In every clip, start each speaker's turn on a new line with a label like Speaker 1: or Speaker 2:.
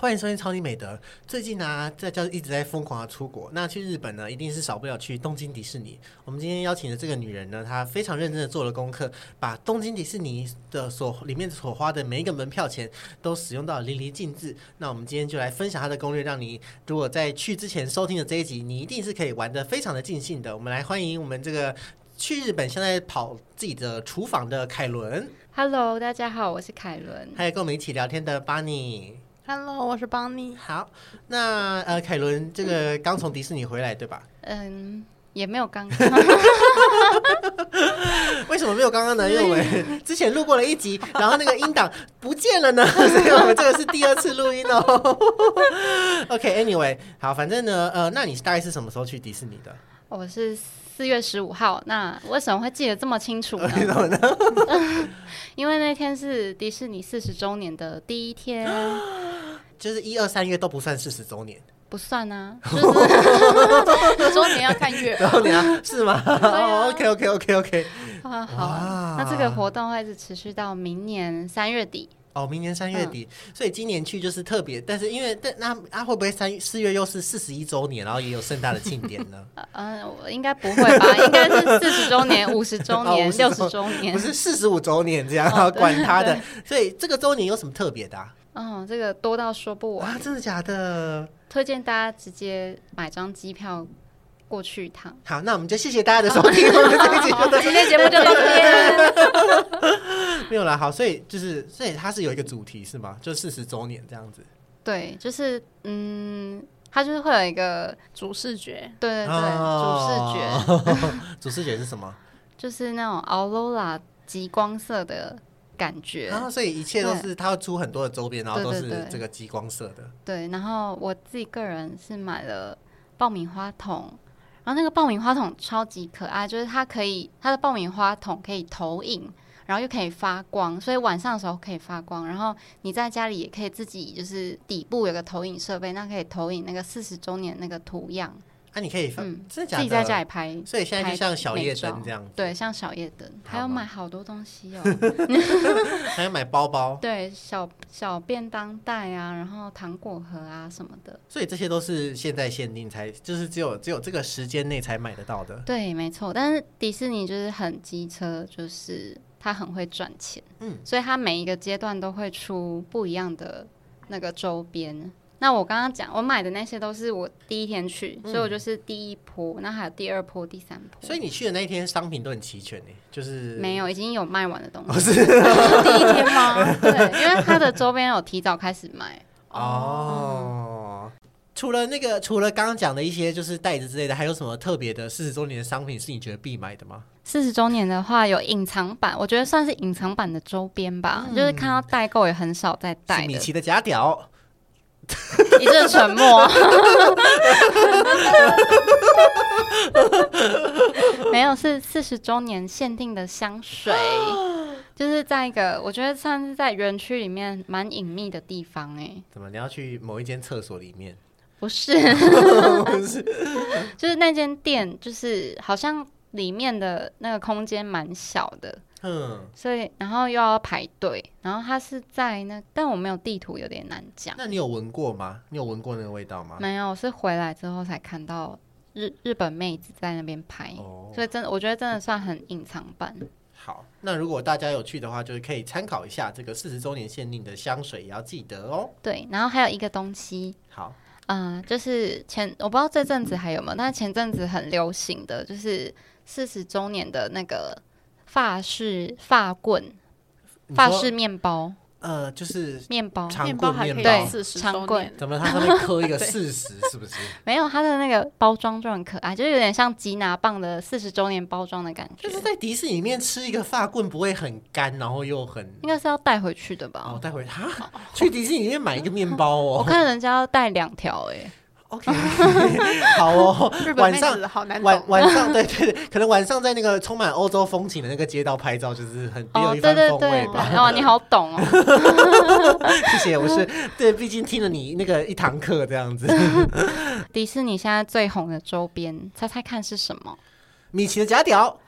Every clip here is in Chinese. Speaker 1: 欢迎收听超级美德。最近呢、啊，在教一直在疯狂的出国。那去日本呢，一定是少不了去东京迪士尼。我们今天邀请的这个女人呢，她非常认真的做了功课，把东京迪士尼的所里面所花的每一个门票钱都使用到淋漓尽致。那我们今天就来分享她的攻略，让你如果在去之前收听的这一集，你一定是可以玩的非常的尽兴的。我们来欢迎我们这个去日本现在跑自己的厨房的凯伦，
Speaker 2: Hello，大家好，我是凯伦。
Speaker 1: 还有跟我们一起聊天的 Bunny。
Speaker 3: Hello，我是邦尼。
Speaker 1: 好，那呃，凯伦这个刚从迪士尼回来对吧？
Speaker 2: 嗯，也没有刚刚，
Speaker 1: 为什么没有刚刚呢？因为我 们之前录过了一集，然后那个音档不见了呢， 所以我们这个是第二次录音哦。OK，Anyway，、好，反正呢，呃，那你大概是什么时候去迪士尼的？
Speaker 2: 我是四月十五号。那为什么会记得这么清楚 呢？因为那天是迪士尼四十周年的第一 天，
Speaker 1: 就是一二三月都不算四十周 年，
Speaker 2: 不算 啊，就是
Speaker 3: 有时候你要看月
Speaker 1: 然后你啊，是吗？
Speaker 2: 啊
Speaker 1: 哦，OK，OK，OK，OK，
Speaker 2: 啊好啊。
Speaker 1: 哇，
Speaker 2: 那这个活动会一直持续到明年三月底。
Speaker 1: 哦，明年三月
Speaker 2: 嗯
Speaker 1: 底，所以今年去就是特别，但是因为但那啊会不会三四月又是四十一周年，然后也有盛大的庆典 呢？
Speaker 2: 呃嗯、我应该不会吧？应该是四十周 年、啊五十周
Speaker 1: 哦
Speaker 2: 年、六
Speaker 1: 50
Speaker 2: 十周年
Speaker 1: 不。是四十五周年这样，
Speaker 2: 哦
Speaker 1: 管他的。所以这个周年有什么特别的啊？
Speaker 2: 嗯，这个多到说不完
Speaker 1: 哇，。真的假的？
Speaker 2: 推荐大家直接买张机票过去一趟。
Speaker 1: 好，那我们就谢谢大家的收听，我们这一集 就到
Speaker 3: 今天节目就到这边。
Speaker 1: 没有了。好，所以就是，所以它是有一个主题是吗？就四十周年这样子。
Speaker 2: 对，就是嗯，它就是会有一个，
Speaker 3: 主视觉，
Speaker 2: 对对对，主视觉，
Speaker 1: 主视觉，哦 主视觉是什么？
Speaker 2: 就是那种 aurora 极光色的感觉。
Speaker 1: 然后，啊所以一切都是它会出很多的周边，然后都
Speaker 2: 对对
Speaker 1: 是
Speaker 2: 对
Speaker 1: 这个激光色的。
Speaker 2: 对，然后我自己个人是买了爆米花筒。然后那个爆米花筒超级可爱，就是它可以它的爆米花筒可以投影，然后又可以发光，所以晚上的时候可以发光。然后你在家里也可以自己就是底部有个投影设备，那可以投影那个四十周年那个图样，
Speaker 1: 啊，你可以放，
Speaker 2: 嗯
Speaker 1: 真的假
Speaker 2: 自
Speaker 1: 的？
Speaker 2: 己在家里拍
Speaker 1: 所以现在就像小夜
Speaker 2: 拍
Speaker 1: 灯
Speaker 2: 美
Speaker 1: 这样子，
Speaker 2: 对，像小夜灯，
Speaker 1: 好
Speaker 2: 还要
Speaker 1: 吗
Speaker 2: 买好多东 西哦。
Speaker 1: 还要买包包，
Speaker 2: 对，小小便当袋啊，然后糖果盒啊什么的。
Speaker 1: 所以这些都是现在限定才，就是只有只有这个时间内才买得到的。
Speaker 2: 对，没错。但是迪士尼就是很机车，就是它很会赚钱，
Speaker 1: 嗯，
Speaker 2: 所以它每一个阶段都会出不一样的那个周边。那我刚刚讲，我买的那些都是我第一天去，所以我就是第一波，那还有第二波、第三波，
Speaker 1: 嗯所以你去的那一天商品都很齐全呢，就是
Speaker 2: 没有已经有卖完的东西。
Speaker 1: 不哦是
Speaker 3: 第一天吗？
Speaker 2: 对，因为它的周边有提早开始卖。
Speaker 1: 哦。
Speaker 2: 嗯
Speaker 1: 除了那个，除了刚刚讲的一些就是袋子之类的，还有什么特别的四十周年的商品是你觉得必买的吗？
Speaker 2: 四十周年的话，有隐藏版，我觉得算是隐藏版的周边吧，就是看到代购也很少在
Speaker 1: 嗯是
Speaker 2: 带
Speaker 1: 米
Speaker 2: 的。
Speaker 1: 奇的假屌，
Speaker 2: 一阵沉默。没有，是四十周年限定的香水，就是在一个我觉得算是在园区里面蛮隐秘的地方哎、
Speaker 1: 怎么你要去某一间厕所里面？
Speaker 2: 不是，就是那间店，就是好像里面的那个空间蛮小的，
Speaker 1: 嗯，
Speaker 2: 所以然后又要排队，然后它是在那，但我没有地图，有点难讲。
Speaker 1: 那你有闻过吗？你有闻过那个味道吗？
Speaker 2: 没有，是回来之后才看到日日本妹子在那边拍，
Speaker 1: 哦
Speaker 2: 所以真的我觉得真的算很隐藏版。
Speaker 1: 好，那如果大家有去的话，就是可以参考一下这个四十周年限定的香水，也要记得哦。
Speaker 2: 对，然后还有一个东西，
Speaker 1: 好，
Speaker 2: 嗯、就是前我不知道这阵子还有没有，但前阵子很流行的就是四十周年的那个发式发棍、
Speaker 1: 你
Speaker 2: 发
Speaker 1: 说
Speaker 2: 式面包、
Speaker 1: 呃，就是
Speaker 2: 面包，
Speaker 1: 长
Speaker 3: 面包
Speaker 1: 棍
Speaker 3: 还
Speaker 1: 面
Speaker 3: 可以
Speaker 1: 包
Speaker 2: 对，
Speaker 3: 四十
Speaker 2: 长
Speaker 3: 周
Speaker 2: 棍
Speaker 3: 年，
Speaker 1: 怎么了它上面刻一个
Speaker 3: 对
Speaker 1: 四十，是不是？
Speaker 2: 没有它的那个包装就很可爱，就是有点像吉拿棒的四十周年包装的感觉
Speaker 1: 就，是在迪士尼里面吃一个发棍，不会很干，然后又很
Speaker 2: 应该是要带回去的吧？
Speaker 1: 哦，带回哈，去迪士尼里面买一个面包
Speaker 2: 我
Speaker 1: 哦。
Speaker 2: 看人家要带两条哎。
Speaker 1: OK，好哦
Speaker 3: 日。本
Speaker 1: 晚
Speaker 3: 妹
Speaker 1: 上
Speaker 3: 子好难
Speaker 1: 晚
Speaker 3: 懂。
Speaker 1: 晚上对对对，可能晚上在那个充满欧洲风情的那个街道拍照，就是很别有
Speaker 2: 哦，
Speaker 1: 一
Speaker 2: 对
Speaker 1: 番
Speaker 2: 对
Speaker 1: 风
Speaker 2: 对
Speaker 1: 味，吧。
Speaker 2: 哦，你好懂哦。
Speaker 1: 谢谢，我是对，毕竟听了你那个一堂课这样子。
Speaker 2: 迪士尼现在最红的周边，猜猜看是什么？
Speaker 1: 米奇的假屌。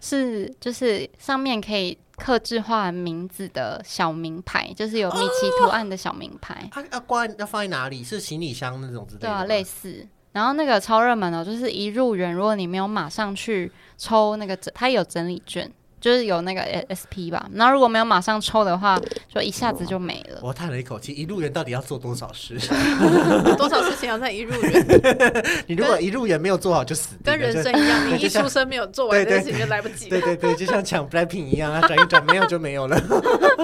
Speaker 2: 是就是上面可以刻制化名字的小名牌，就是有米奇图案的小名牌，
Speaker 1: 啊啊，挂要放在哪里？是行李箱那哦种之类的
Speaker 2: 对
Speaker 1: 吗？
Speaker 2: 啊，类似。然后那个超热门的，就是一入园，如果你没有马上去抽那个整，它有整理券，就是有那个 SP 吧。然后如果没有马上抽的话，就一下子就没了。
Speaker 1: 我叹了一口气，一路人到底要做多少 事？
Speaker 3: 多少事情要在一入园，
Speaker 1: 你如果一路人没有做好，就死定了
Speaker 3: 跟人生一样，你一出生没有做
Speaker 1: 对
Speaker 3: 完这
Speaker 1: 对
Speaker 3: 件事情就来不及
Speaker 1: 对
Speaker 3: 了。
Speaker 1: 对对，就像抢 Blackpink 一样啊， 转一转没有就没有了。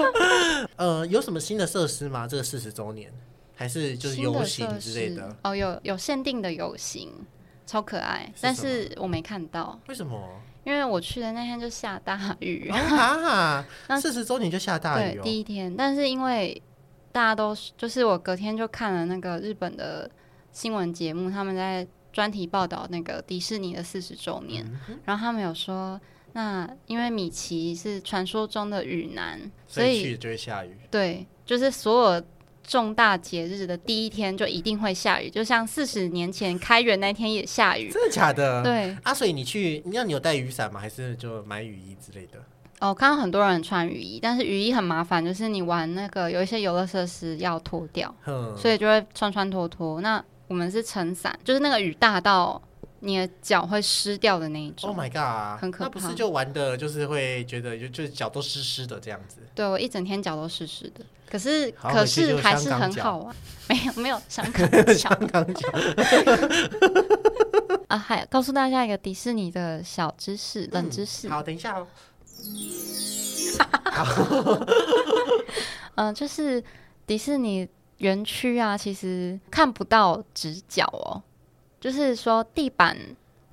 Speaker 1: 呃，有什么新的设施吗？这个四十周年还是就是
Speaker 2: 新的
Speaker 1: 游
Speaker 2: 设
Speaker 1: 行之类
Speaker 2: 施
Speaker 1: 的？
Speaker 2: 哦，有有限定的游行，超可爱，
Speaker 1: 是
Speaker 2: 但
Speaker 1: 什么
Speaker 2: 是我没看到，
Speaker 1: 为什么？
Speaker 2: 因为我去的那天就下大雨。
Speaker 1: 啊哈！
Speaker 2: 那
Speaker 1: 四十周年就下大雨
Speaker 2: 对，
Speaker 1: 哦。
Speaker 2: 第一天，但是因为大家都是就是我隔天就看了那个日本的新闻节目，他们在专题报道那个迪士尼的四十周年，
Speaker 1: 嗯
Speaker 2: 然后他们有说，那因为米奇是传说中的雨男，
Speaker 1: 所
Speaker 2: 所
Speaker 1: 以
Speaker 2: 以
Speaker 1: 去就会下雨。
Speaker 2: 对，就是所有重大节日的第一天就一定会下雨，就像四十年前开园那天也下雨。
Speaker 1: 真的假的？
Speaker 2: 对，
Speaker 1: 啊，所以你去，那你有带雨伞吗？还是就买雨衣之类的？
Speaker 2: 哦，看到很多人穿雨衣，但是雨衣很麻烦，就是你玩那个有一些游乐设施要脱掉，
Speaker 1: 哼，
Speaker 2: 所以就会穿穿脱脱。那我们是撑伞，就是那个雨大到你的脚会湿掉的那一
Speaker 1: Oh
Speaker 2: 种。
Speaker 1: my god！
Speaker 2: 很可怕
Speaker 1: 那不是就玩的，就是会觉得就就是脚都湿湿的这样子。
Speaker 2: 对我一整天脚都湿湿的，可是
Speaker 1: 好
Speaker 2: 可
Speaker 1: 回去
Speaker 2: 是
Speaker 1: 就
Speaker 2: 还
Speaker 1: 香
Speaker 2: 是
Speaker 1: 港
Speaker 2: 很
Speaker 1: 脚
Speaker 2: 好玩。没有没有香 港脚，
Speaker 1: 刚刚讲，
Speaker 2: 啊，还告诉大家一个迪士尼的小知识、冷知识。
Speaker 1: 好，等一下哦。
Speaker 2: 嗯、就是迪士尼园区啊，其实看不到直角哦，就是说地板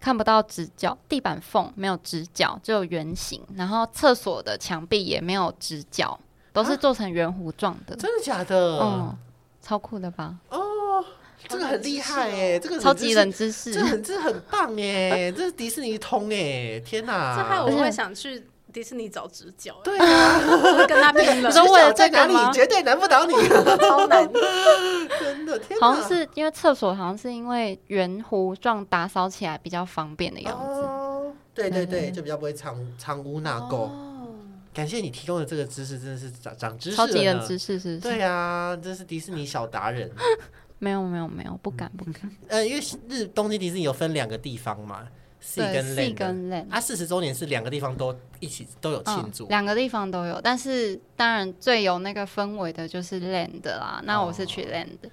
Speaker 2: 看不到直角，地板缝没有直角，只有圆形，然后厕所的墙壁也没有直角，都
Speaker 1: 啊
Speaker 2: 是做成圆弧状的。
Speaker 1: 真的假的？
Speaker 2: 嗯，超酷的吧？
Speaker 1: 这个很厉害哎，这个
Speaker 2: 超级
Speaker 1: 冷
Speaker 2: 冷知
Speaker 1: 知
Speaker 2: 识
Speaker 1: 识，这。很这很棒哎，这是迪士尼通哎，天哪！
Speaker 3: 这害我
Speaker 2: 而且
Speaker 3: 会想去迪士尼找直角，
Speaker 1: 对啊，
Speaker 3: 我会跟他拼 了
Speaker 2: 你。说为了
Speaker 1: 在
Speaker 2: 这个
Speaker 1: 哪里
Speaker 2: 吗
Speaker 1: 绝对难不倒你，
Speaker 3: 超难，
Speaker 1: 真的天哪！
Speaker 2: 好像是因为厕所，好像是因为圆弧状打扫起来比较方便的样子。
Speaker 1: 哦，对对对，
Speaker 2: 嗯哦
Speaker 1: 就比较不会藏藏污纳垢。感谢你提供的这个知识，真的是长长知识
Speaker 2: 超级
Speaker 1: 了
Speaker 2: 冷
Speaker 1: 呢
Speaker 2: 知识是不是？
Speaker 1: 对啊，这是迪士尼小达人。
Speaker 2: 没有没有没有，不敢不敢。
Speaker 1: 呃，因为日东京迪士尼有分两个地方嘛，C
Speaker 2: 对
Speaker 1: 跟
Speaker 2: C
Speaker 1: Land 的。
Speaker 2: 跟 Land，
Speaker 1: 啊，四十周年是两个地方都一起都有庆
Speaker 2: 嗯
Speaker 1: 祝。
Speaker 2: 两个地方都有，但是当然最有那个氛围的就是 Land 啦。那我是去
Speaker 1: 哦
Speaker 2: Land，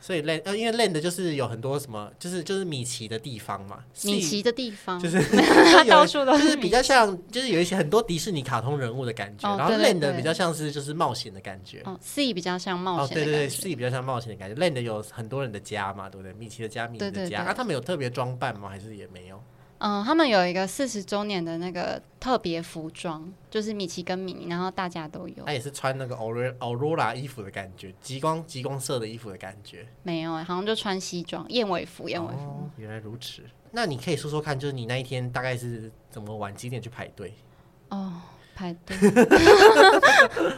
Speaker 1: 所以 land 呃，因为 land 就是有很多什么，就是就是米奇的地方嘛，
Speaker 2: 米
Speaker 1: sea-
Speaker 2: 奇的地方，
Speaker 1: 就是
Speaker 2: 它
Speaker 1: 有
Speaker 2: 到处 都
Speaker 1: 就是
Speaker 2: 米
Speaker 1: 比较像，就是有一些很多迪士尼卡通人物的感觉，
Speaker 2: 哦
Speaker 1: 然后
Speaker 2: 对对
Speaker 1: land
Speaker 2: 对
Speaker 1: 比较像是就是冒险的感觉。
Speaker 2: 哦，C 比较像冒
Speaker 1: 哦，
Speaker 2: 险
Speaker 1: 对
Speaker 2: 的
Speaker 1: 对
Speaker 2: 感
Speaker 1: 对，
Speaker 2: 觉。
Speaker 1: 自己比较像冒险的感觉。land 有很多人的家嘛，对不对？米奇的家，米妮的家。
Speaker 2: 对对对
Speaker 1: 啊，他们有特别装扮吗？还是也没有？
Speaker 2: 嗯，他们有一个四十周年的那个特别服装，就是米奇跟米妮，然后大家都有
Speaker 1: 他。也是穿那个 aurora aurora 衣服的感觉，极光极光色的衣服的感觉。
Speaker 2: 没有、好像就穿西装，燕尾服，燕尾服。
Speaker 1: 哦，原来如此。那你可以说说看，就是你那一天大概是怎么晚几点去排队？
Speaker 2: 哦，排队。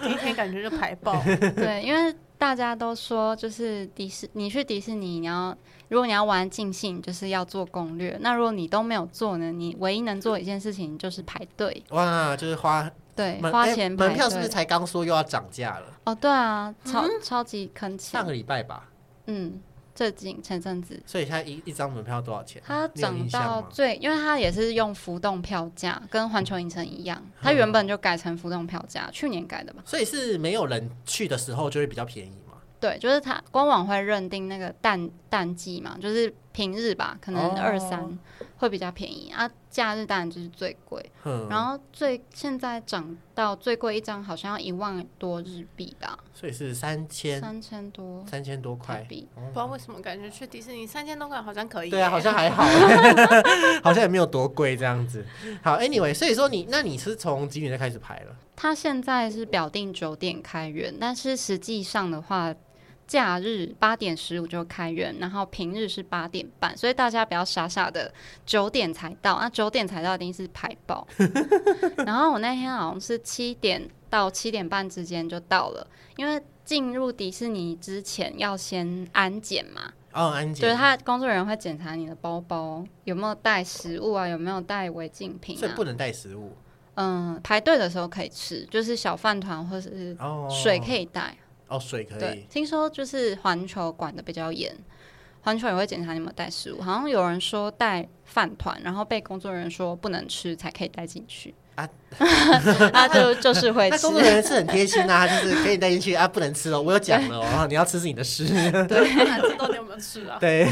Speaker 3: 第一天感觉就排 爆，
Speaker 2: 对，因为大家都说，就是迪士，你去迪士尼，你要如果你要玩尽兴，就是要做攻略。那如果你都没有做呢，你唯一能做一件事情就是排队，
Speaker 1: 哇，就是花
Speaker 2: 对，
Speaker 1: 门
Speaker 2: 花
Speaker 1: 哎
Speaker 2: 钱
Speaker 1: 门
Speaker 2: 排
Speaker 1: 票是不是
Speaker 2: 队。
Speaker 1: 才刚说又要涨价了？
Speaker 2: 哦，对啊，超、超级坑
Speaker 1: 上
Speaker 2: 钱
Speaker 1: 个。礼拜吧，
Speaker 2: 嗯，最近前阵子
Speaker 1: 所以现在一一张门票多少钱？
Speaker 2: 它
Speaker 1: 你有
Speaker 2: 涨
Speaker 1: 印象
Speaker 2: 到
Speaker 1: 吗
Speaker 2: 最，因为它也是用浮动票价，跟环球影城一样，它原本就改成浮动票价，去年改的吧？
Speaker 1: 所以是没有人去的时候就会比较便宜嘛？
Speaker 2: 对，就是它官网会认定那个淡淡季嘛，就是平日吧，可能
Speaker 1: 哦
Speaker 2: 二三会比较便宜、啊，假日当然就是最贵。
Speaker 1: 哼，
Speaker 2: 然后最现在涨到最贵一张好像要一万多日币吧，
Speaker 1: 所以是三千
Speaker 2: 三千多
Speaker 1: 三千多
Speaker 2: 台
Speaker 1: 块。
Speaker 2: 币。
Speaker 3: 不知道为什么感觉去迪士尼三千多块好像可以耶。欸
Speaker 1: 对啊，好像还好， 好像也没有多贵这样子。好，anyway，所以说你那你是从几点就开始排了？
Speaker 2: 它现在是表定九点开园，但是实际上的话，假日八点十五就开园，然后平日是八点半，所以大家不要傻傻的九点才到，那九点才到一定是排爆。 然后我那天好像是七点到七点半之间就到了，因为进入迪士尼之前要先安检嘛，
Speaker 1: 哦，安
Speaker 2: 就是
Speaker 1: 检，
Speaker 2: 他工作人员会检查你的包包有没有带食物啊，有没有带违禁品
Speaker 1: 所以
Speaker 2: 啊
Speaker 1: 不。能带食物
Speaker 2: 嗯，排队的时候可以吃，就是小饭团或是
Speaker 1: 哦。
Speaker 2: 水可以带。
Speaker 1: 哦，水可
Speaker 2: 对
Speaker 1: 以，
Speaker 2: 听说就是环球管的比较严，环球也会检查你有没有带食物。好像有人说带饭团，然后被工作人员说不能吃才可以带进去。
Speaker 1: 啊
Speaker 2: 啊，他就就是会
Speaker 1: 那
Speaker 2: 吃
Speaker 1: 工。作人员是很贴心啊， 他就是可以带进去啊，不能吃哦，我有讲了哦， 然后你要吃是你的事。
Speaker 3: 对，难知道你有没有吃啊？
Speaker 1: 对，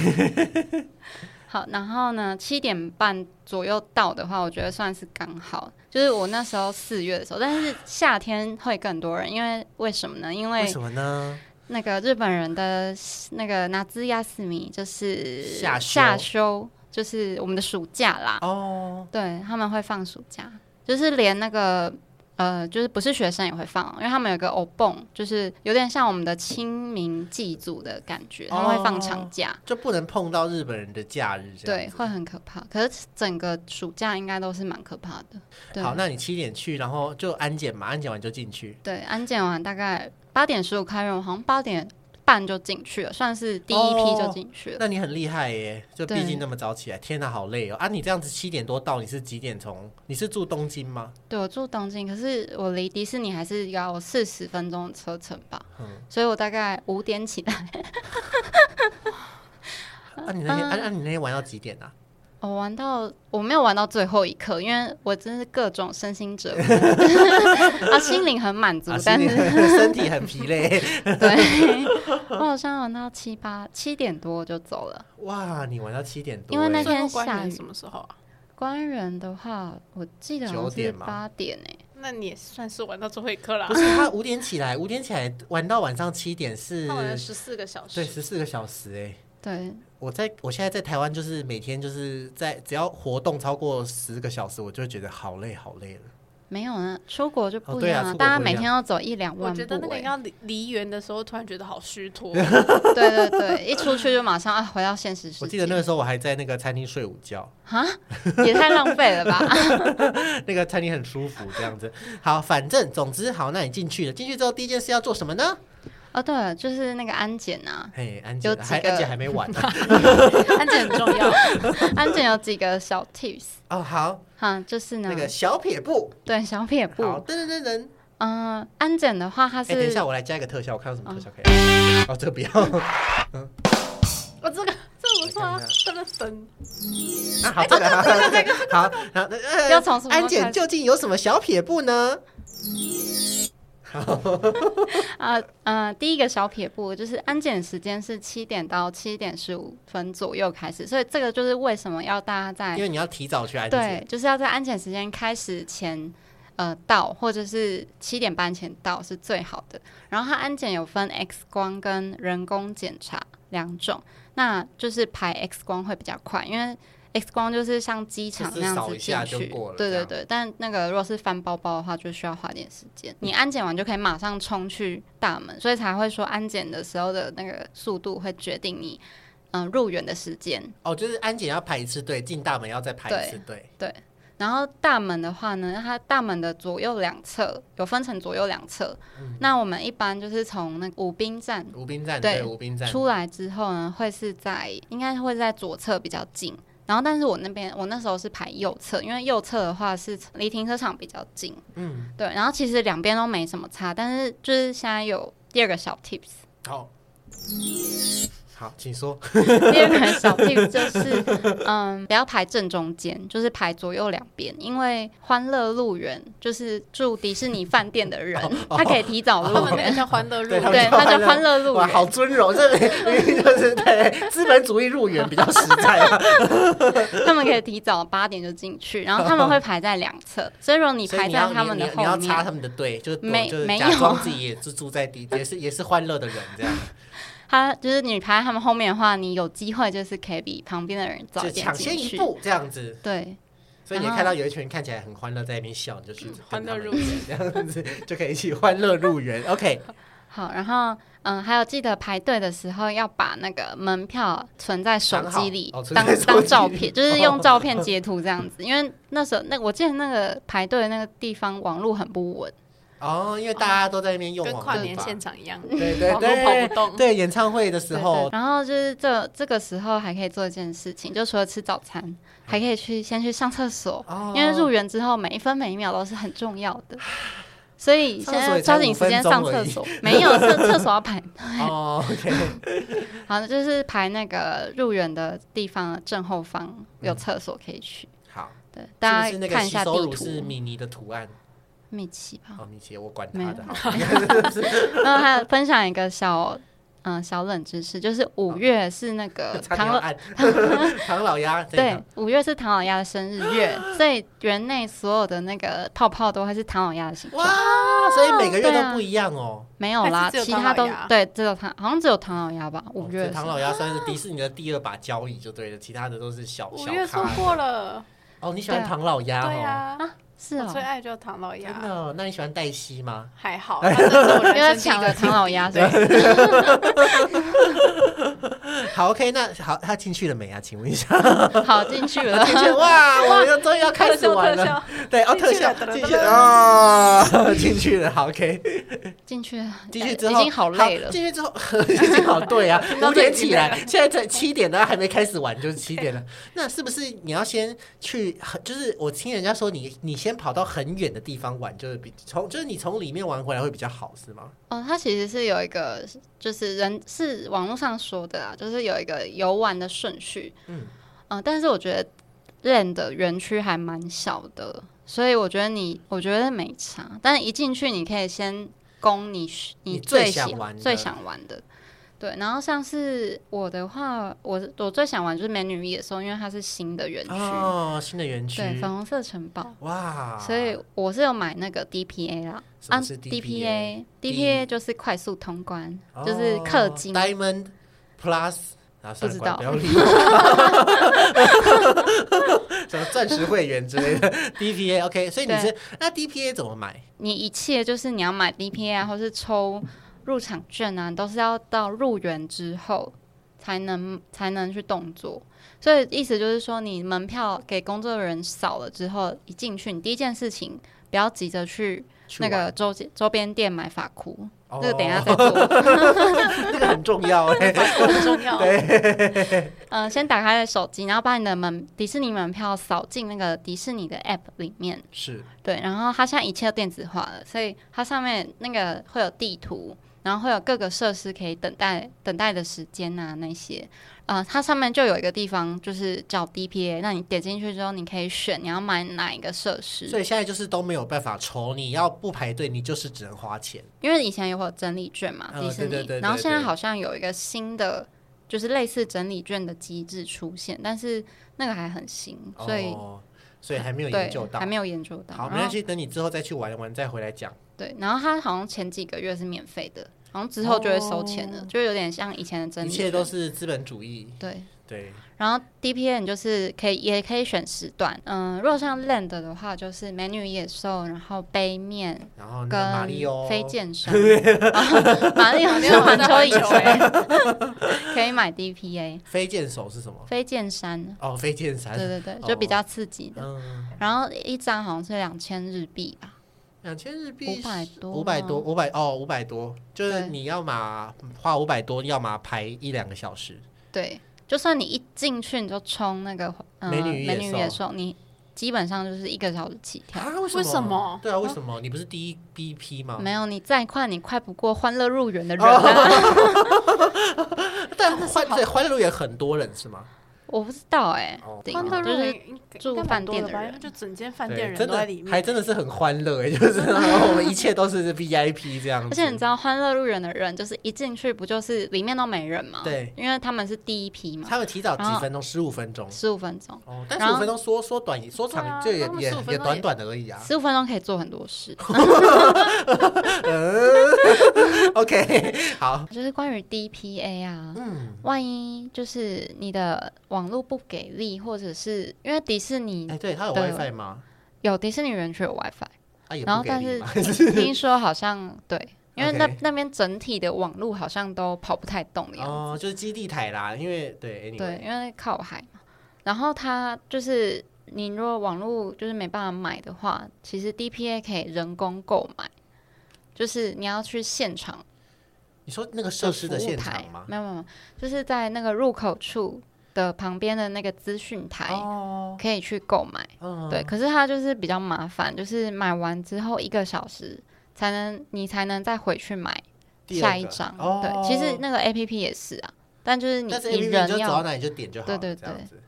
Speaker 2: 好，然后呢，七点半左右到的话，我觉得算是刚好。就是我那时候四月的时候，但是夏天会更多人，因为为什么呢？因
Speaker 1: 为
Speaker 2: 为
Speaker 1: 什么呢？
Speaker 2: 那个日本人的那个拿兹亚斯米就是
Speaker 1: 夏休
Speaker 2: 休就是我们的暑假啦。
Speaker 1: 哦，
Speaker 2: 对，他们会放暑假，就是连那个呃，就是不是学生也会放，因为他们有个欧蹦，就是有点像我们的清明祭祖的感觉，
Speaker 1: 哦
Speaker 2: 他们会放长假。
Speaker 1: 就不能碰到日本人的假日这
Speaker 2: 对，
Speaker 1: 样子。
Speaker 2: 会很可怕。可是整个暑假应该都是蛮可怕的。对，
Speaker 1: 好，那你七点去，然后就安检嘛，安检完就进去。
Speaker 2: 对，安检完大概八点十五开园，我好像八点半就进去了，算是第一
Speaker 1: 哦
Speaker 2: 批就进去了。
Speaker 1: 那你很厉害耶，就
Speaker 2: 对
Speaker 1: 毕竟那么早起来，天哪，好累哦！啊，你这样子七点多到，你是几点从？你是住东京吗？
Speaker 2: 对我住东京，可是我离迪士尼还是要四十分钟的车程吧，
Speaker 1: 嗯，
Speaker 2: 所以我大概五点起来。
Speaker 1: 啊，你那天，啊，啊你那天玩到几点啊？
Speaker 2: 我玩到我没有玩到最后一刻，因为我真是各种身心折磨， 啊，心灵很满足，
Speaker 1: 啊，心
Speaker 2: 但
Speaker 1: 里
Speaker 2: 是
Speaker 1: 身体很疲累。
Speaker 2: 对，我好像玩到七八七点多就走了。
Speaker 1: 哇，你玩到七点多耶，欸
Speaker 2: 因为那
Speaker 3: 最
Speaker 2: 天
Speaker 3: 后关
Speaker 2: 下
Speaker 3: 门
Speaker 2: 雨
Speaker 3: 什么时候啊？
Speaker 2: 官人的话，我记得好像
Speaker 1: 9
Speaker 2: 是
Speaker 1: 点吗
Speaker 2: 八点欸诶、
Speaker 3: 那你也算是玩到最后一刻啦
Speaker 1: 不。是他五点起来，五点起来玩到晚上七点是
Speaker 3: 他，玩了十四个小
Speaker 1: 对，
Speaker 3: 时，
Speaker 1: 十四个小时哎。
Speaker 2: 对，
Speaker 1: 我在我现在在台湾，就是每天就是在只要活动超过十个小时，我就会觉得好累好累了。
Speaker 2: 没有呢，出国就不
Speaker 1: 哦
Speaker 2: 一
Speaker 1: 对啊
Speaker 2: 样了，
Speaker 1: 出国
Speaker 2: 大家
Speaker 1: 不一
Speaker 2: 每
Speaker 1: 样
Speaker 2: 天要走一两
Speaker 3: 我
Speaker 2: 万
Speaker 3: 觉
Speaker 2: 步、
Speaker 3: 得那个
Speaker 2: 欸，
Speaker 3: 要离离园的时候，突然觉得好虚 脱。
Speaker 2: 对对对，一出去就马上啊回到现实世界，
Speaker 1: 我记得那个时候我还在那个餐厅睡午觉，
Speaker 2: 也太浪费了吧？
Speaker 1: 那个餐厅很舒服这样子。好，反正总之好，那你进去了，进去之后第一件事要做什么呢？
Speaker 2: 哦，对了，就是那个安检啊，
Speaker 1: 嘿，安
Speaker 2: 有
Speaker 1: 姐
Speaker 2: 几
Speaker 1: 还
Speaker 2: 个
Speaker 1: 安姐还没完呢。啊
Speaker 3: 安检很重要，
Speaker 2: 安检有几个小 tips
Speaker 1: 哦，好，
Speaker 2: 哈，就是呢，
Speaker 1: 那个小撇步，
Speaker 2: 对小撇步，
Speaker 1: 好，噔噔噔噔。
Speaker 2: 嗯、安检的话它是、
Speaker 1: 哎，等一下，我来加一个特效，我看到什么特效可以？哦，这个 不要。
Speaker 3: 我哦这个这个不错
Speaker 1: 我
Speaker 3: 啊，
Speaker 1: 看一
Speaker 3: 噔噔噔，
Speaker 1: 那好，这个好，
Speaker 2: 哎
Speaker 1: 好，好，呃
Speaker 2: 要从什么
Speaker 1: 安
Speaker 2: 开
Speaker 1: 检
Speaker 2: 始
Speaker 1: 究竟有什么小撇步呢？
Speaker 2: 啊呃，第一个小撇步就是安检时间是七点到七点十五分左右开始，所以这个就是为什么要大家
Speaker 1: 因
Speaker 2: 在
Speaker 1: 为你要提早去安检。
Speaker 2: 哎对，就是要在安检时间开始前呃到，或者是七点半前到是最好的。然后它安检有分 X 光跟人工检查两种，那就是排 X 光会比较快，因为。X 光就是像机场
Speaker 1: 就是
Speaker 2: 那样
Speaker 1: 扫
Speaker 2: 子
Speaker 1: 一
Speaker 2: 进
Speaker 1: 下就
Speaker 2: 去
Speaker 1: 过了，
Speaker 2: 对
Speaker 1: 这
Speaker 2: 对
Speaker 1: 样
Speaker 2: 对。但那个如果是翻包包的话，就需要花点时间。你安检完就可以马上冲去大门，所以才会说安检的时候的那个速度会决定你嗯、呃入园的时间。
Speaker 1: 哦，就是安检要排一次队，进大门要再排一次队。
Speaker 2: 然后大门的话呢，它大门的左右两侧有分成左右两侧。
Speaker 1: 嗯
Speaker 2: 那我们一般就是从那个武滨站
Speaker 1: 无兵站
Speaker 2: 对
Speaker 1: 对，无兵站。
Speaker 2: 出来之后呢，会是在应该会在左侧比较近。然后，但是我那边我那时候是排右侧，因为右侧的话是离停车场比较近。
Speaker 1: 嗯，
Speaker 2: 对，然后其实两边都没什么差，但是就是现在有第二个小 tips，
Speaker 1: 好，好，请说。
Speaker 2: 第二个小 tips 就是， 嗯，不要排正中间，就是排左右两边，因为欢乐路人就是住迪士尼饭店的人，他可以提早
Speaker 3: 他
Speaker 2: 入
Speaker 3: 们那
Speaker 2: 园
Speaker 3: 个，叫欢乐路
Speaker 1: 对哦 他们
Speaker 2: 对，
Speaker 1: 叫
Speaker 2: 他
Speaker 1: 欢乐
Speaker 2: 叫欢乐路
Speaker 1: 哇，好
Speaker 2: 人。
Speaker 1: 尊荣， 这就是对资本主义入园比较实在啊。
Speaker 2: 他们可以提早八点就进去，然后他们会排在两侧，所以如果 你
Speaker 1: 所以
Speaker 2: 排
Speaker 1: 你
Speaker 2: 在
Speaker 1: 要
Speaker 2: 他们
Speaker 1: 你
Speaker 2: 的
Speaker 1: 你你
Speaker 2: 后
Speaker 1: 要插
Speaker 2: 面，
Speaker 1: 他们的队，就是
Speaker 2: 没
Speaker 1: 就是
Speaker 2: 没
Speaker 1: 假
Speaker 2: 有
Speaker 1: 装自己也是住在底，也是也是欢乐的人这样，
Speaker 2: 他就是你排在他们后面的话，你有机会就是可以比旁边的人早
Speaker 1: 就
Speaker 2: 一点
Speaker 1: 抢先
Speaker 2: 进
Speaker 1: 一
Speaker 2: 去。
Speaker 1: 步这样子。
Speaker 2: 对，
Speaker 1: 所以你
Speaker 2: 然后
Speaker 1: 看到有一群人看起来很欢乐，在那边笑，你就去
Speaker 3: 嗯
Speaker 1: 跟
Speaker 3: 欢
Speaker 1: 他
Speaker 3: 乐
Speaker 1: 们
Speaker 3: 入
Speaker 1: 一起这样子，就可以一起欢乐入园。OK，
Speaker 2: 好，然后嗯，还有记得排队的时候要把那个门票存在手机里，
Speaker 1: 藏好哦存
Speaker 2: 当
Speaker 1: 在手机里
Speaker 2: 当
Speaker 1: 哦
Speaker 2: 照片，就是用照片截图这样子。因为那时候那我记得那个排队的那个地方网络很不稳，
Speaker 1: 哦，因为大家都在那边用
Speaker 3: 跟
Speaker 1: 网
Speaker 3: 跨
Speaker 1: 络
Speaker 3: 年
Speaker 1: 吧
Speaker 3: 现场一样，
Speaker 1: 对 对
Speaker 3: 网络跑
Speaker 1: 对
Speaker 3: 不动。
Speaker 1: 对演唱会的时
Speaker 2: 对
Speaker 1: 候
Speaker 2: 对，然后就是这这个时候还可以做一件事情，就除了吃早餐，还可以去先去上厕所，
Speaker 1: 哦
Speaker 2: 因为入园之后每一分每一秒都是很重要的，所以现
Speaker 1: 上厕所
Speaker 2: 在
Speaker 1: 也才
Speaker 2: 抓紧
Speaker 1: 5
Speaker 2: 时间
Speaker 1: 分钟
Speaker 2: 上
Speaker 1: 而
Speaker 2: 厕
Speaker 1: 已
Speaker 2: 所。没有厕厕所要排，
Speaker 1: 哦，OK，
Speaker 2: 好，就是排那个入园的地方的正后方有厕所可以去。
Speaker 1: 好，
Speaker 2: 对，
Speaker 1: 嗯是
Speaker 2: 大
Speaker 1: 不是
Speaker 2: 家
Speaker 1: 那个
Speaker 2: 看一
Speaker 1: 吸
Speaker 2: 下
Speaker 1: 收
Speaker 2: 地
Speaker 1: 乳
Speaker 2: 图，
Speaker 1: 是米妮的图案？
Speaker 2: 密奇吧。
Speaker 1: 哦，米奇，我管
Speaker 2: 没
Speaker 1: 他
Speaker 2: 有
Speaker 1: 的，好
Speaker 2: 然后还有分享一个小嗯小冷知识，就是五月是那个
Speaker 1: 差点
Speaker 2: 唐
Speaker 1: 要
Speaker 2: 老
Speaker 1: 按 唐老鸭，这啊
Speaker 2: 对
Speaker 1: 个，
Speaker 2: 五月是唐老鸭的生日月，所以园内所有的那个泡泡都会是唐老鸭的形状。
Speaker 1: 哇，所以每个月
Speaker 2: 对
Speaker 1: 都
Speaker 2: 啊
Speaker 1: 不一样哦。
Speaker 2: 没有
Speaker 3: 还
Speaker 2: 啦，
Speaker 3: 是只有
Speaker 2: 其他
Speaker 3: 唐老
Speaker 2: 都
Speaker 3: 鸭
Speaker 2: 对，只有唐，好像只有唐老鸭吧。五
Speaker 1: 哦所
Speaker 2: 月
Speaker 1: 以
Speaker 2: 是
Speaker 1: 唐老鸭算是迪士尼的第二把交椅就对了，其他的都是小
Speaker 3: 五
Speaker 1: 小
Speaker 3: 月说
Speaker 1: 咖。
Speaker 3: 过了，
Speaker 1: 哦，你喜欢
Speaker 2: 对啊
Speaker 1: 唐老鸭
Speaker 3: 对
Speaker 1: 哦？
Speaker 3: 呀，
Speaker 2: 是
Speaker 3: 我最
Speaker 2: 哦，
Speaker 3: 爱就是唐老
Speaker 1: 真
Speaker 3: 鸭，
Speaker 1: 的？那你喜欢黛西吗？
Speaker 3: 还好，他真的是
Speaker 2: 因
Speaker 3: 我
Speaker 2: 为他
Speaker 3: 人生
Speaker 2: 抢
Speaker 3: 第一
Speaker 2: 了
Speaker 3: 个
Speaker 2: 唐老鸭，所以
Speaker 1: 好，OK，那好，他进去了没啊？请问一下，
Speaker 2: 跑进去 了。
Speaker 1: 进去哇，我们要终于要开
Speaker 3: 特
Speaker 1: 始
Speaker 3: 效
Speaker 1: 玩
Speaker 3: 特
Speaker 1: 了。
Speaker 3: 效，
Speaker 1: 对，哦，特
Speaker 3: 进去
Speaker 1: 效
Speaker 3: 了噔噔
Speaker 1: 进
Speaker 3: 噔
Speaker 1: 去了啊， 进去了，好，OK。
Speaker 2: 进去了，
Speaker 1: 进去
Speaker 2: 呃
Speaker 1: 之后
Speaker 2: 已经好累了。
Speaker 1: 进去之后 已经好对 啊，
Speaker 3: 到
Speaker 1: 五点
Speaker 3: 这里
Speaker 1: 起来，现在才七点呢，还没开始玩就是七点了。 那是不是你要先去？很就是我听人家说你，你先跑到很远的地方玩，就是比从就是你从里面玩回来会比较好，是吗？
Speaker 2: 哦，它其实是有一个，就是人是网络上说的啊，就是有一个游玩的顺序。
Speaker 1: 嗯
Speaker 2: 嗯、但是我觉得 Land 的园区还蛮小的，所以我觉得你，我觉得没差。但一进去，你可以先攻你
Speaker 1: 你最
Speaker 2: 最
Speaker 1: 想
Speaker 2: 喜
Speaker 1: 玩的
Speaker 2: 最想玩的。对，然后像是我的话，我我最想玩就是美女与野兽，因为它是新的园区，
Speaker 1: 哦，新的园区，啊
Speaker 2: 对，粉红色城堡，
Speaker 1: 哇，
Speaker 2: 所以我是有买那个 DPA 啦。
Speaker 1: 什
Speaker 2: 啊
Speaker 1: 么是
Speaker 2: DPA
Speaker 1: D-
Speaker 2: DPA 就是快速通关，
Speaker 1: 哦
Speaker 2: 就是氪金。
Speaker 1: Diamond Plus。啊，算了
Speaker 2: 不知道
Speaker 1: 管不要理我。 什么钻石会员之类的 DPA，OK，、所以你
Speaker 2: 对
Speaker 1: 是那 DPA 怎么买？
Speaker 2: 你一切就是你要买 DPA 啊，或是抽入场券啊，都是要到入园之后才能才能去动作。所以意思就是说，你门票给工作人员扫了之后，一进去，你第一件事情不要急着去
Speaker 1: 去
Speaker 2: 那
Speaker 1: 玩
Speaker 2: 个周街周边店买法裤，
Speaker 1: 哦
Speaker 2: 这个等一下再做。
Speaker 1: 这个很重要哎、
Speaker 3: 很重要。
Speaker 2: 呃，先打开手机，然后把你的门迪士尼门票扫进那个迪士尼的 App 里面。
Speaker 1: 是
Speaker 2: 对，然后它现在一切都电子化了，所以它上面那个会有地图，然后会有各个设施可以等待等待的时间啊那些，呃，它上面就有一个地方就是叫 DPA，那你点进去之后，你可以选你要买哪一个设
Speaker 1: 所
Speaker 2: 施，
Speaker 1: 以现在就是都没有办法抽，你要不排队，你就是只能花钱。
Speaker 2: 因为以前有会有整理券嘛，
Speaker 1: 嗯
Speaker 2: 迪士尼，
Speaker 1: 对对对
Speaker 2: 然后
Speaker 1: 对
Speaker 2: 现在
Speaker 1: 对
Speaker 2: 好像有一个新的。就是类似整理券的机制出现，但是那个还很新，所以、
Speaker 1: 哦、所以还没有研
Speaker 2: 对
Speaker 1: 究到
Speaker 2: 还。没有研究到。
Speaker 1: 好，没
Speaker 2: 然后
Speaker 1: 关系，等你之后再去玩玩，再回来讲。
Speaker 2: 对，然后它好像前几个月是免费的，好像之后就会收钱了，就有点像以前的真
Speaker 1: 一
Speaker 2: 理
Speaker 1: 切
Speaker 2: 券。
Speaker 1: 都是资本主义，
Speaker 2: 对，
Speaker 1: 对，
Speaker 2: 然后 DPN 就是可以也可以选时段，嗯，如果像 Land 的话，就是美女与野兽，然后杯面
Speaker 1: 然哦后那个马里奥
Speaker 2: 跟飞剑山， 然后马里奥是环球影城，可以买 DPA
Speaker 1: 飞剑手是什么？
Speaker 2: 飞剑山，
Speaker 1: 哦，飞剑
Speaker 2: 对
Speaker 1: 三，
Speaker 2: 对对，就比较刺激的。
Speaker 1: 哦嗯，
Speaker 2: 然后一张好像是两千日币吧，
Speaker 1: 两千日币
Speaker 2: 五百多，啊
Speaker 1: 五百多，，五百哦，五百多，就是
Speaker 2: 对
Speaker 1: 你要嘛花五百多，要嘛排一两个小时。
Speaker 2: 对，就算你一进去你就冲那个、呃、
Speaker 1: 美
Speaker 2: 美
Speaker 1: 女与野
Speaker 2: 女
Speaker 1: 兽
Speaker 2: 野兽，你基本上就是一个小时起跳。
Speaker 1: 啊？为
Speaker 3: 为什么
Speaker 1: 对啊，为什么？你不是第一第一批吗？
Speaker 2: 没有，你再快，你快不过欢乐入园的人、
Speaker 1: 哦
Speaker 2: 啊。
Speaker 1: 但欢对欢乐路也很多人是吗？
Speaker 2: 我不知道哎、
Speaker 1: 哦
Speaker 2: 对
Speaker 3: 欢乐
Speaker 2: 就
Speaker 3: 路
Speaker 2: 是
Speaker 3: 应该
Speaker 2: 住
Speaker 3: 应该蛮
Speaker 2: 饭
Speaker 3: 多
Speaker 2: 店
Speaker 3: 的
Speaker 2: 的
Speaker 3: 吧
Speaker 2: 人
Speaker 3: 因为就整间饭
Speaker 1: 对，
Speaker 3: 店人
Speaker 1: 真
Speaker 3: 都
Speaker 1: 的
Speaker 3: 在里面，
Speaker 1: 还真的是很欢乐哎、就是我们一切都是 VIP 这样子。
Speaker 2: 而且你知道欢乐入园的人，就是一进去不就是里面都没人吗？
Speaker 1: 对，
Speaker 2: 因为他们是第一批嘛，
Speaker 1: 他们提早
Speaker 2: 然
Speaker 1: 几
Speaker 2: 后
Speaker 1: 分钟，十五分钟
Speaker 2: 十五分钟，
Speaker 1: 哦，但
Speaker 2: 哦然
Speaker 1: 十
Speaker 2: 后
Speaker 1: 五分钟说说短也说
Speaker 3: 对
Speaker 1: 长
Speaker 3: 啊
Speaker 1: 就也
Speaker 3: 他们
Speaker 1: 也
Speaker 3: 15分钟
Speaker 1: 也
Speaker 3: 也
Speaker 1: 短短的而已啊。
Speaker 2: 十五分钟可以做很多 事。
Speaker 1: OK，好，
Speaker 2: 就是关于 DPA 啊，
Speaker 1: 嗯，
Speaker 2: 万一就是你的网络不给力，或者是因为迪士尼
Speaker 1: 哎，对，他有
Speaker 2: 嗯对
Speaker 1: WiFi 吗？
Speaker 2: 有迪士尼园区有 WiFi。
Speaker 1: 啊，也
Speaker 2: 然
Speaker 1: 不
Speaker 2: 后
Speaker 1: 给
Speaker 2: 但
Speaker 1: 力
Speaker 2: 是
Speaker 1: 嘛。
Speaker 2: 听说好像对，因为那
Speaker 1: OK
Speaker 2: 那边整体的网络好像都跑不太动的样子。
Speaker 1: 哦，就是基地台啦，因为对
Speaker 2: 对，
Speaker 1: ，anyway，
Speaker 2: 因为靠海嘛。然后它就是你如果网络就是没办法买的话，其实 DPA 可以人工购买，就是你要去现场
Speaker 1: 你说那个设施的
Speaker 2: 服务
Speaker 1: 现
Speaker 2: 台
Speaker 1: 场吗？
Speaker 2: 没有没有，没有就是在那个入口处的旁边的那个资讯台、哎
Speaker 1: 哦，
Speaker 2: 可以去购买。
Speaker 1: 嗯，
Speaker 2: 对，可是它就是比较麻烦，就是买完之后一个小时才能你才能再回去买
Speaker 1: 第二
Speaker 2: 下
Speaker 1: 个
Speaker 2: 一张。
Speaker 1: 哦、
Speaker 2: 对，其实那个 A P P 也是啊，但就是你
Speaker 1: 但是 A
Speaker 2: 你
Speaker 1: P P
Speaker 2: 人
Speaker 1: 就走到
Speaker 2: 要
Speaker 1: 哪里就点就好了，
Speaker 2: 对对
Speaker 1: 这样子。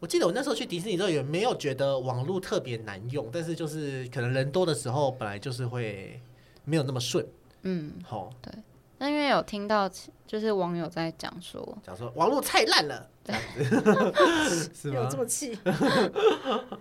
Speaker 1: 我记得我那时候去迪士尼之后，也没有觉得网络特别难用，但是就是可能人多的时候，本来就是会没有那么顺。
Speaker 2: 嗯，
Speaker 1: 吼，
Speaker 2: 那因为有听到其就是网友在讲 说，
Speaker 1: 讲说网络太烂了，这样 子是
Speaker 3: 有
Speaker 1: 吗
Speaker 3: 这？么气？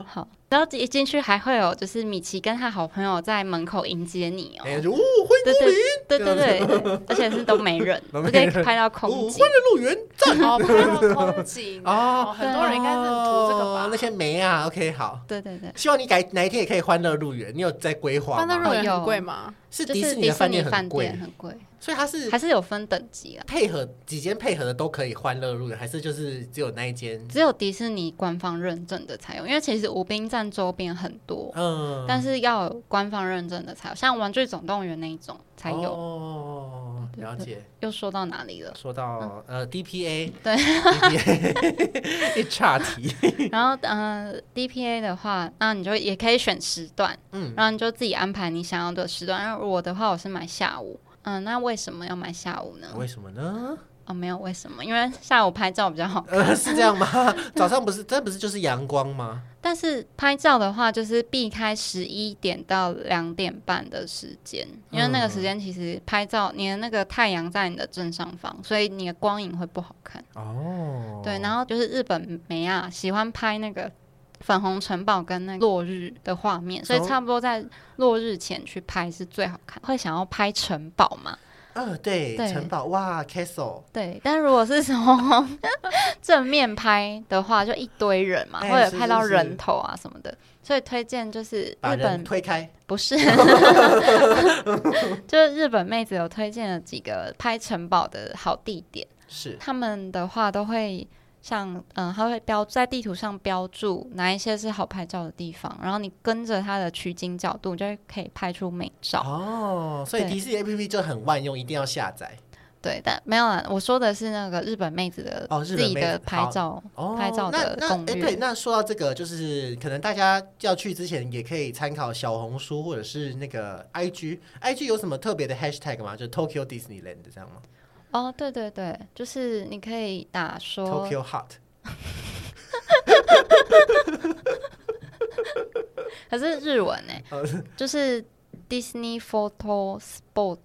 Speaker 2: 好，然后一进去还会有就是米奇跟他好朋友在门口迎接你哦、
Speaker 1: 哎、就哦，欢迎
Speaker 2: 对
Speaker 1: 光临
Speaker 2: 对对对 对对，而且是都没人，
Speaker 1: 都
Speaker 2: 就
Speaker 1: 没
Speaker 2: 可以
Speaker 1: 人
Speaker 2: 拍到
Speaker 1: 哦，
Speaker 2: 空
Speaker 1: 欢
Speaker 2: 景。
Speaker 1: 乐乐园赞
Speaker 3: 哦，拍 到空景
Speaker 1: 哦
Speaker 3: 哦，很多人应该是图这个吧
Speaker 1: 哦？那些没啊，OK，好。
Speaker 2: 对对对，
Speaker 1: 希望你改哪一天也可以欢乐入园，你有在规划
Speaker 3: 欢乐
Speaker 1: 吗？
Speaker 3: 乐园
Speaker 2: 有
Speaker 3: 很贵吗？
Speaker 1: 是
Speaker 2: 就
Speaker 1: 迪士
Speaker 2: 是
Speaker 1: 尼
Speaker 2: 迪
Speaker 1: 的
Speaker 2: 士
Speaker 1: 饭
Speaker 2: 尼
Speaker 1: 店
Speaker 2: 饭
Speaker 1: 很贵
Speaker 2: 店，很贵，
Speaker 1: 所以它是
Speaker 2: 还是有分等级啊。
Speaker 1: 配合几间配合的都可以欢乐入园，还是就是只有那一间？
Speaker 2: 只有迪士尼官方认证的才有，因为其实无冰站周边很多，
Speaker 1: 嗯，
Speaker 2: 但是要有官方认证的才有，像《玩具总动员》那一种才有。
Speaker 1: 哦，
Speaker 2: 对
Speaker 1: 了
Speaker 2: 对
Speaker 1: 解。
Speaker 2: 又说到哪里了？
Speaker 1: 说到呃 DPA，
Speaker 2: 对
Speaker 1: ，DPA 一岔题，
Speaker 2: 然后，呃，DPA 的话，那你就也可以选时段，
Speaker 1: 嗯，
Speaker 2: 然后你就自己安排你想要的时段。然后我的话，我是买下午。嗯，那为什么要买下午呢？
Speaker 1: 啊为什么呢？
Speaker 2: 哦，没有为什么，因为下午拍照比较好。
Speaker 1: 呃，是这样吗？ 早上不是，这不是就是阳光吗？
Speaker 2: 但是拍照的话，就是避开十一点到两点半的时间，因为那个时间其实拍照，你的那个太阳在你的正上方，所以你的光影会不好看。
Speaker 1: 哦，
Speaker 2: 对，然后就是日本美亚喜欢拍那个粉红城堡跟那个落日的画面，所以
Speaker 1: 哦
Speaker 2: 差不多在落日前去拍是最好看。会想要拍城堡嘛？
Speaker 1: 呃，对，
Speaker 2: 对
Speaker 1: 城堡哇，Castle，
Speaker 2: 对，但如果是从 正面拍的话，就一堆人嘛，
Speaker 1: 哎
Speaker 2: 或
Speaker 1: 是
Speaker 2: 者拍到
Speaker 1: 是是
Speaker 2: 人头啊什么的，所以推荐就是日
Speaker 1: 把
Speaker 2: 本
Speaker 1: 人推开，
Speaker 2: 不是，就是日本妹子有推荐了几个拍城堡的好地点，
Speaker 1: 是
Speaker 2: 他们的话都会像嗯，他会标在地图上标注哪一些是好拍照的地方，然后你跟着它的取景角度，就可以拍出美照。
Speaker 1: 哦，所以
Speaker 2: 对
Speaker 1: 迪士尼 APP 就很万用，一定要下载
Speaker 2: 对，但没有啦，我说的是那个日本妹子的
Speaker 1: 哦日
Speaker 2: 自
Speaker 1: 本
Speaker 2: 己
Speaker 1: 妹子
Speaker 2: 的拍
Speaker 1: 好
Speaker 2: 照。
Speaker 1: 哦。
Speaker 2: 拍照
Speaker 1: 那
Speaker 2: 的
Speaker 1: 那
Speaker 2: 攻
Speaker 1: 哎，
Speaker 2: 略
Speaker 1: 对，那说到这个，就是可能大家要去之前也可以参考小红书或者是那个 IG，IG 有什么特别的 Hashtag 吗？就 Tokyo Disneyland 这样吗
Speaker 2: 哦，对对对，就是你可以打说
Speaker 1: ？Tokyo Hot。
Speaker 2: 可是日文呢、
Speaker 1: 哦
Speaker 2: 就是 Disney Photo Spot。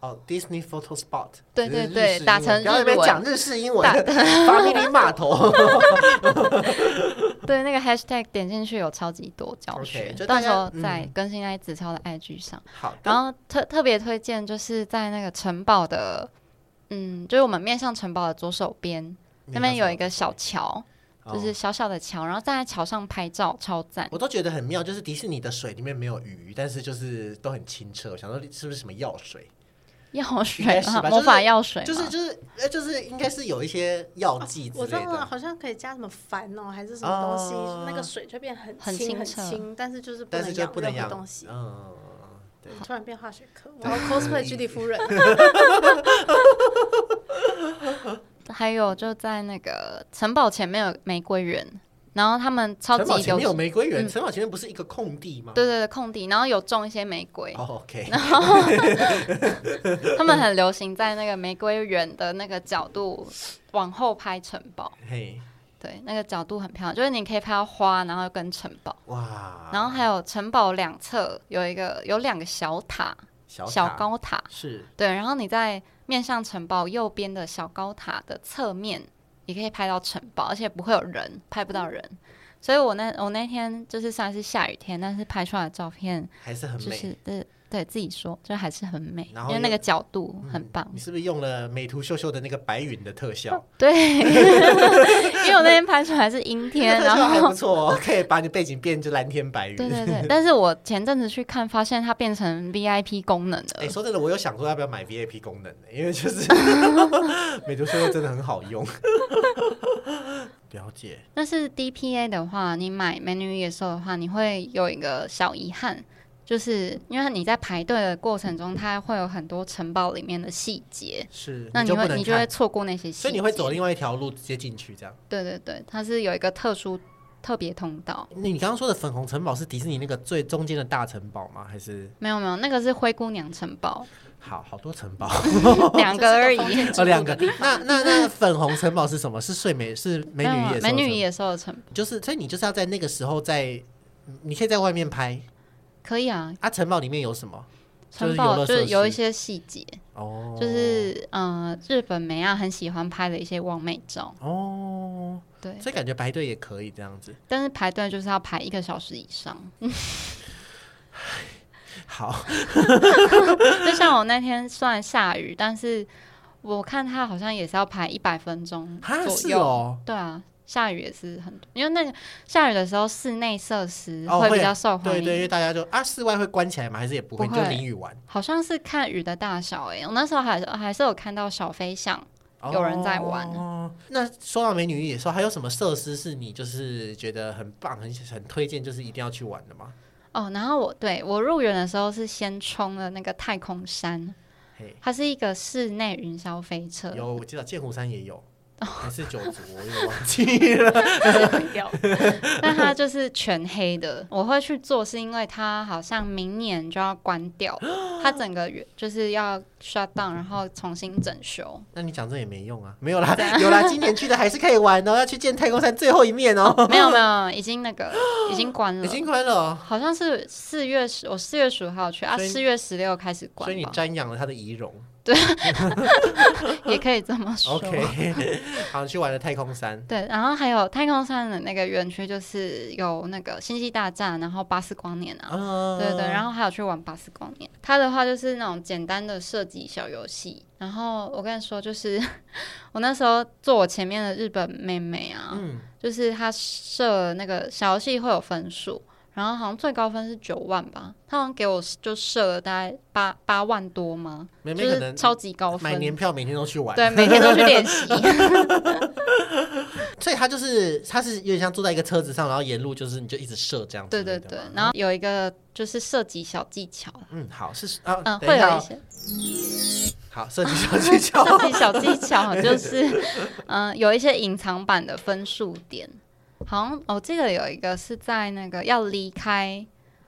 Speaker 1: 哦，Disney Photo Spot，
Speaker 2: 对对
Speaker 1: 只是
Speaker 2: 对
Speaker 1: 日式英文
Speaker 2: 打成
Speaker 1: 不要在那边
Speaker 2: 日文
Speaker 1: 讲日式英文，发咪咪码头。
Speaker 2: 对，那个 hashtag 点进去有超级多教学
Speaker 1: OK，就大
Speaker 2: 到
Speaker 1: 家嗯
Speaker 2: 时候再更新在子超的 IG 上。
Speaker 1: 好的，
Speaker 2: 然后特特别推荐就是在那个城堡的，嗯，就是我们面向城堡的左手边那边有一个小桥，
Speaker 1: 哦，
Speaker 2: 就是小小的桥，然后站在桥上拍照超赞。
Speaker 1: 我都觉得很妙，就是迪士尼的水里面没有鱼，但是就是都很清澈。我想说是不是什么药水？
Speaker 2: 药
Speaker 1: 应该
Speaker 2: 水
Speaker 1: 是
Speaker 2: 吗？
Speaker 1: 吧
Speaker 2: 魔
Speaker 1: 就是
Speaker 2: 法药水吗？
Speaker 1: 就是就是呃就是应该是有一些药剂之
Speaker 3: 哦我
Speaker 1: 类
Speaker 3: 知道了，
Speaker 1: 的。
Speaker 3: 好像可以加什么矾哦，还是什么东西，
Speaker 1: 哦
Speaker 3: 那个水就变很
Speaker 2: 很
Speaker 3: 清
Speaker 2: 清
Speaker 3: 很
Speaker 2: 澈
Speaker 3: 清，但是就是不
Speaker 1: 但是
Speaker 3: 能
Speaker 1: 就
Speaker 3: 养
Speaker 1: 不能
Speaker 3: 任
Speaker 1: 养
Speaker 3: 何东西。
Speaker 1: 嗯，对
Speaker 3: 突然变化学课，我
Speaker 1: 对
Speaker 3: 要 cosplay 居里 夫人。
Speaker 2: 还有就在那个城堡前面有玫瑰园，然后他们超
Speaker 1: 城
Speaker 2: 级
Speaker 1: 堡前面有
Speaker 2: 有
Speaker 1: 玫瑰园，
Speaker 2: 嗯
Speaker 1: 城堡前面不是一个空地吗？
Speaker 2: 对对对空地，然后有种一些玫瑰。
Speaker 1: 哦，OK，
Speaker 2: 他们很流行在那个玫瑰园的那个角度往后拍城堡，
Speaker 1: 嘿，
Speaker 2: 对，那个角度很漂亮，就是你可以拍到花，然后跟城堡，
Speaker 1: 哇，
Speaker 2: 然后还有城堡两侧有一个有两个小塔、
Speaker 1: 小
Speaker 2: 小
Speaker 1: 塔
Speaker 2: 高塔，
Speaker 1: 是
Speaker 2: 对，然后你在面向城堡右边的小高塔的侧面也可以拍到城堡，而且不会有人，拍不到人。所以我那我那天就是虽然是下雨天，但是拍出来的照片
Speaker 1: 还是很
Speaker 2: 就
Speaker 1: 美。
Speaker 2: 是对对自己说，就还是很美，
Speaker 1: 然
Speaker 2: 因
Speaker 1: 后
Speaker 2: 为那
Speaker 1: 又
Speaker 2: 个角度很棒。
Speaker 1: 嗯你是不是用了美图秀秀的那个白云的特效？
Speaker 2: 对，因为我那天拍出来是阴天，
Speaker 1: 那特
Speaker 2: 啊然
Speaker 1: 效还
Speaker 2: 后
Speaker 1: 不错哦，可以 把你背景变就蓝天白云。
Speaker 2: 对对对，但是我前阵子去看，发现它变成 VIP 功能
Speaker 1: 哎、
Speaker 2: 了。
Speaker 1: 说真的，我有想说要不要买 VIP 功能呢、因为就是 美图秀秀真的很好用。 了解，
Speaker 2: 但是 DPA 的话，你买美女野兽的话，你会有一个小遗憾，就是因为你在排队的过程中，它会有很多城堡里面的细节，
Speaker 1: 是，
Speaker 2: 那
Speaker 1: 你
Speaker 2: 你
Speaker 1: 就不
Speaker 2: 会
Speaker 1: 能
Speaker 2: 你就会
Speaker 1: 看，
Speaker 2: 错过那些细节，
Speaker 1: 所以你会走另外一条路直接进去这样。
Speaker 2: 对对对，它是有一个特殊特别通道。
Speaker 1: 那你刚刚说的粉红城堡是迪士尼那个最中间的大城堡吗？还是
Speaker 2: 没有没有，那个是灰姑娘城堡，
Speaker 1: 好好多 城堡？
Speaker 2: 两个而已。
Speaker 1: 哦，两个。那那那粉红城堡是什么？是睡美是美
Speaker 2: 没有
Speaker 1: 女
Speaker 2: 啊
Speaker 1: 野兽
Speaker 2: 美
Speaker 1: 城
Speaker 2: 女
Speaker 1: 堡
Speaker 2: 野兽的城堡
Speaker 1: 就是，所以你就是要在那个时候在，嗯你可以在外面拍
Speaker 2: 可以啊，
Speaker 1: 啊。城堡里面有什么？就是游
Speaker 2: 城
Speaker 1: 乐
Speaker 2: 堡就
Speaker 1: 设
Speaker 2: 是有一
Speaker 1: 施
Speaker 2: 些细节，
Speaker 1: 哦，
Speaker 2: 就是呃，日本美亚很喜欢拍的一些完美照，
Speaker 1: 哦，
Speaker 2: 对。
Speaker 1: 所以感觉排队也可以这样子。
Speaker 2: 但是排队就是要排一个小时以上，
Speaker 1: 好，
Speaker 2: 就像我那天虽然下雨，但是我看他好像也是要排一百分钟
Speaker 1: 哈
Speaker 2: 左
Speaker 1: 是
Speaker 2: 右。
Speaker 1: 哦，
Speaker 2: 对啊，下雨也是很多，因为那个下雨的时候室内设施
Speaker 1: 哦
Speaker 2: 会
Speaker 1: 会
Speaker 2: 比较受欢
Speaker 1: 对
Speaker 2: 迎。
Speaker 1: 对，因为大家就啊，室外会关起来吗？还是也不会？
Speaker 2: 不
Speaker 1: 你就
Speaker 2: 会
Speaker 1: 淋雨玩。
Speaker 2: 好像是看雨的大小诶、我那时候还还是有看到小飞象，
Speaker 1: 哦
Speaker 2: 有人在玩
Speaker 1: 那说到美女与野兽，还有什么设施是你就是觉得很棒、很很推荐，就是一定要去玩的吗？
Speaker 2: 哦，然后我对我入园的时候是先冲了那个太空山，
Speaker 1: 嘿，
Speaker 2: 它是一个室内云霄飞车，
Speaker 1: 有，我记得剑湖山也有，
Speaker 2: 哦
Speaker 1: 还是九族，我有点忘记 了。
Speaker 2: 那它就是全黑的。我会去做是因为它好像明年就要关 掉了，它整个园就是要 shut down，然后重新整修。
Speaker 1: 那你讲这也没用啊，没有啦，有啦，今年去的还是可以玩哦，要去见太空山最后一面哦，
Speaker 2: 没有没有，已经那个 已经关了
Speaker 1: 已，经关了哦，
Speaker 2: 好像是四月十，我四月十五号去啊，
Speaker 1: 所以
Speaker 2: 四月十六开始关
Speaker 1: 所以你
Speaker 2: 吧，
Speaker 1: 瞻仰了他的仪 容。
Speaker 2: 也可以这么说。
Speaker 1: OK，好，去玩了太空山。
Speaker 2: 对，然后还有太空山的那个园区，就是有那个星际大战，然后巴斯光年啊，
Speaker 1: 嗯，
Speaker 2: 对对，然后还有去玩巴斯光年。它的话就是那种简单的设计小游戏。然后我跟你说，就是 我那时候坐我前面的日本妹妹啊，
Speaker 1: 嗯，
Speaker 2: 就是她设那个小游戏会有分数，然后好像最高分是九万吧，她好像给我就设了大概八八万多嘛，
Speaker 1: 妹妹
Speaker 2: 就
Speaker 1: 可
Speaker 2: 是
Speaker 1: 能
Speaker 2: 超级高
Speaker 1: 买年
Speaker 2: 分。
Speaker 1: 票，每天都去玩。
Speaker 2: 对，每天都去 练习。
Speaker 1: 所以他就是他是有点像坐在一个车子上，然后沿路就是你就一直射这样子。
Speaker 2: 对对对，然后有一个就是设计小技巧，
Speaker 1: 嗯，好是啊，
Speaker 2: 嗯，
Speaker 1: 等
Speaker 2: 会
Speaker 1: 一下
Speaker 2: 有一
Speaker 1: 哦
Speaker 2: 些
Speaker 1: 好设计 小技巧。
Speaker 2: 设计小技巧，就是嗯、有一些隐藏版的分数点，好像我记得有一个是在那个要离开。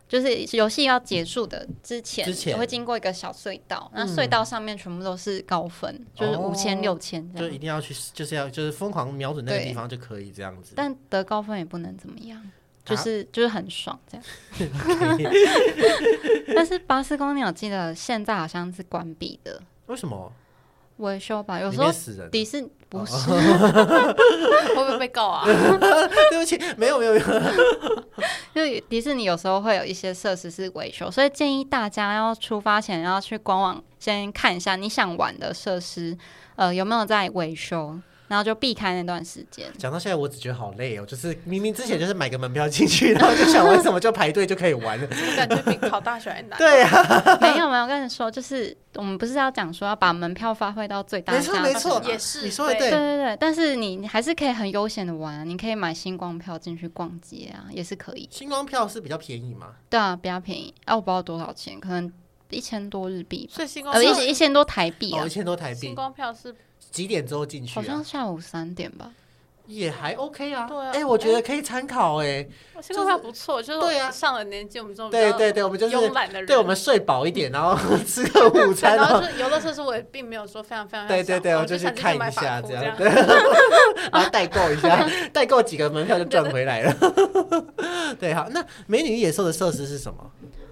Speaker 2: 就是游戏要结束的之前，
Speaker 1: 之前嗯
Speaker 2: 会经过一个小隧道，那隧道上面全部都是高分，就是
Speaker 1: 哦
Speaker 2: 五千、六千这
Speaker 1: 就
Speaker 2: 样。
Speaker 1: 一定要去，就是要就是疯狂瞄准那个
Speaker 2: 对
Speaker 1: 地方就可以这样子。
Speaker 2: 但得高分也不能怎么
Speaker 1: 啊
Speaker 2: 样，就是、就是很爽这 样。但是巴斯光年，我记得现在好像是关闭的
Speaker 1: 为什么？
Speaker 2: 维修吧，有
Speaker 1: 里
Speaker 2: 时候
Speaker 1: 面哦死人？
Speaker 2: 迪士尼不是，
Speaker 3: 会不会被告 啊？
Speaker 1: 对不起，没有没有没有。
Speaker 2: 就迪士尼有时候会有一些设施是维修，所以建议大家要出发前要去官网先看一下你想玩的设施，呃，有没有在维修，然后就避开那段时 间。
Speaker 1: 讲到现在，我只觉得好累哦，就是明明之前就是买个门票进去，然后就想玩什么就排队就可以玩 了。
Speaker 3: 我感觉比考大学还难。
Speaker 1: 对啊呀、
Speaker 2: 没有没有，我跟你说，就是我们不是要讲说要把门票发挥到最大
Speaker 1: 没
Speaker 2: 价
Speaker 1: 错
Speaker 2: 值吗，
Speaker 1: 没错，
Speaker 3: 也是
Speaker 1: 你说的对。
Speaker 2: 对对对，但是你你还是可以很悠闲的玩啊、你可以买星光票进去逛街啊，也是可以。
Speaker 1: 星光票是比较便宜嘛？
Speaker 2: 对啊，比较便宜啊，我不知道多少钱，可能一千多日币吧，
Speaker 3: 所以星光
Speaker 2: 呃，一千
Speaker 3: 票，
Speaker 2: 一千多台币啊
Speaker 1: 哦，一，千多台
Speaker 3: 星
Speaker 1: 币，
Speaker 3: 光票是
Speaker 1: 几点之后进去
Speaker 2: 好像
Speaker 1: 啊？
Speaker 2: 下午三点吧。
Speaker 1: 也还 OK 啊。
Speaker 3: 对啊
Speaker 1: 哎，我觉得可以参考哎。
Speaker 3: 星光票不错，就是
Speaker 1: 对啊
Speaker 3: 我上了年纪，我们这种比
Speaker 1: 对
Speaker 3: 较
Speaker 1: 对对，我们就是
Speaker 3: 慵懒的人，
Speaker 1: 对我们睡饱一点，然后 吃个午
Speaker 3: 对
Speaker 1: 餐，
Speaker 3: 然
Speaker 1: 然
Speaker 3: 后
Speaker 1: 后
Speaker 3: 就是游乐设施，我也并没有说非常非常
Speaker 1: 对对对，
Speaker 3: 我
Speaker 1: 我就去
Speaker 3: 想进
Speaker 1: 看
Speaker 3: 买
Speaker 1: 一
Speaker 3: 法
Speaker 1: 下
Speaker 3: 裤
Speaker 1: 这
Speaker 3: 这
Speaker 1: 样，对然后代购一 下，代购几个门票就赚回来了。 对，好，那美女与野兽的设施是什么？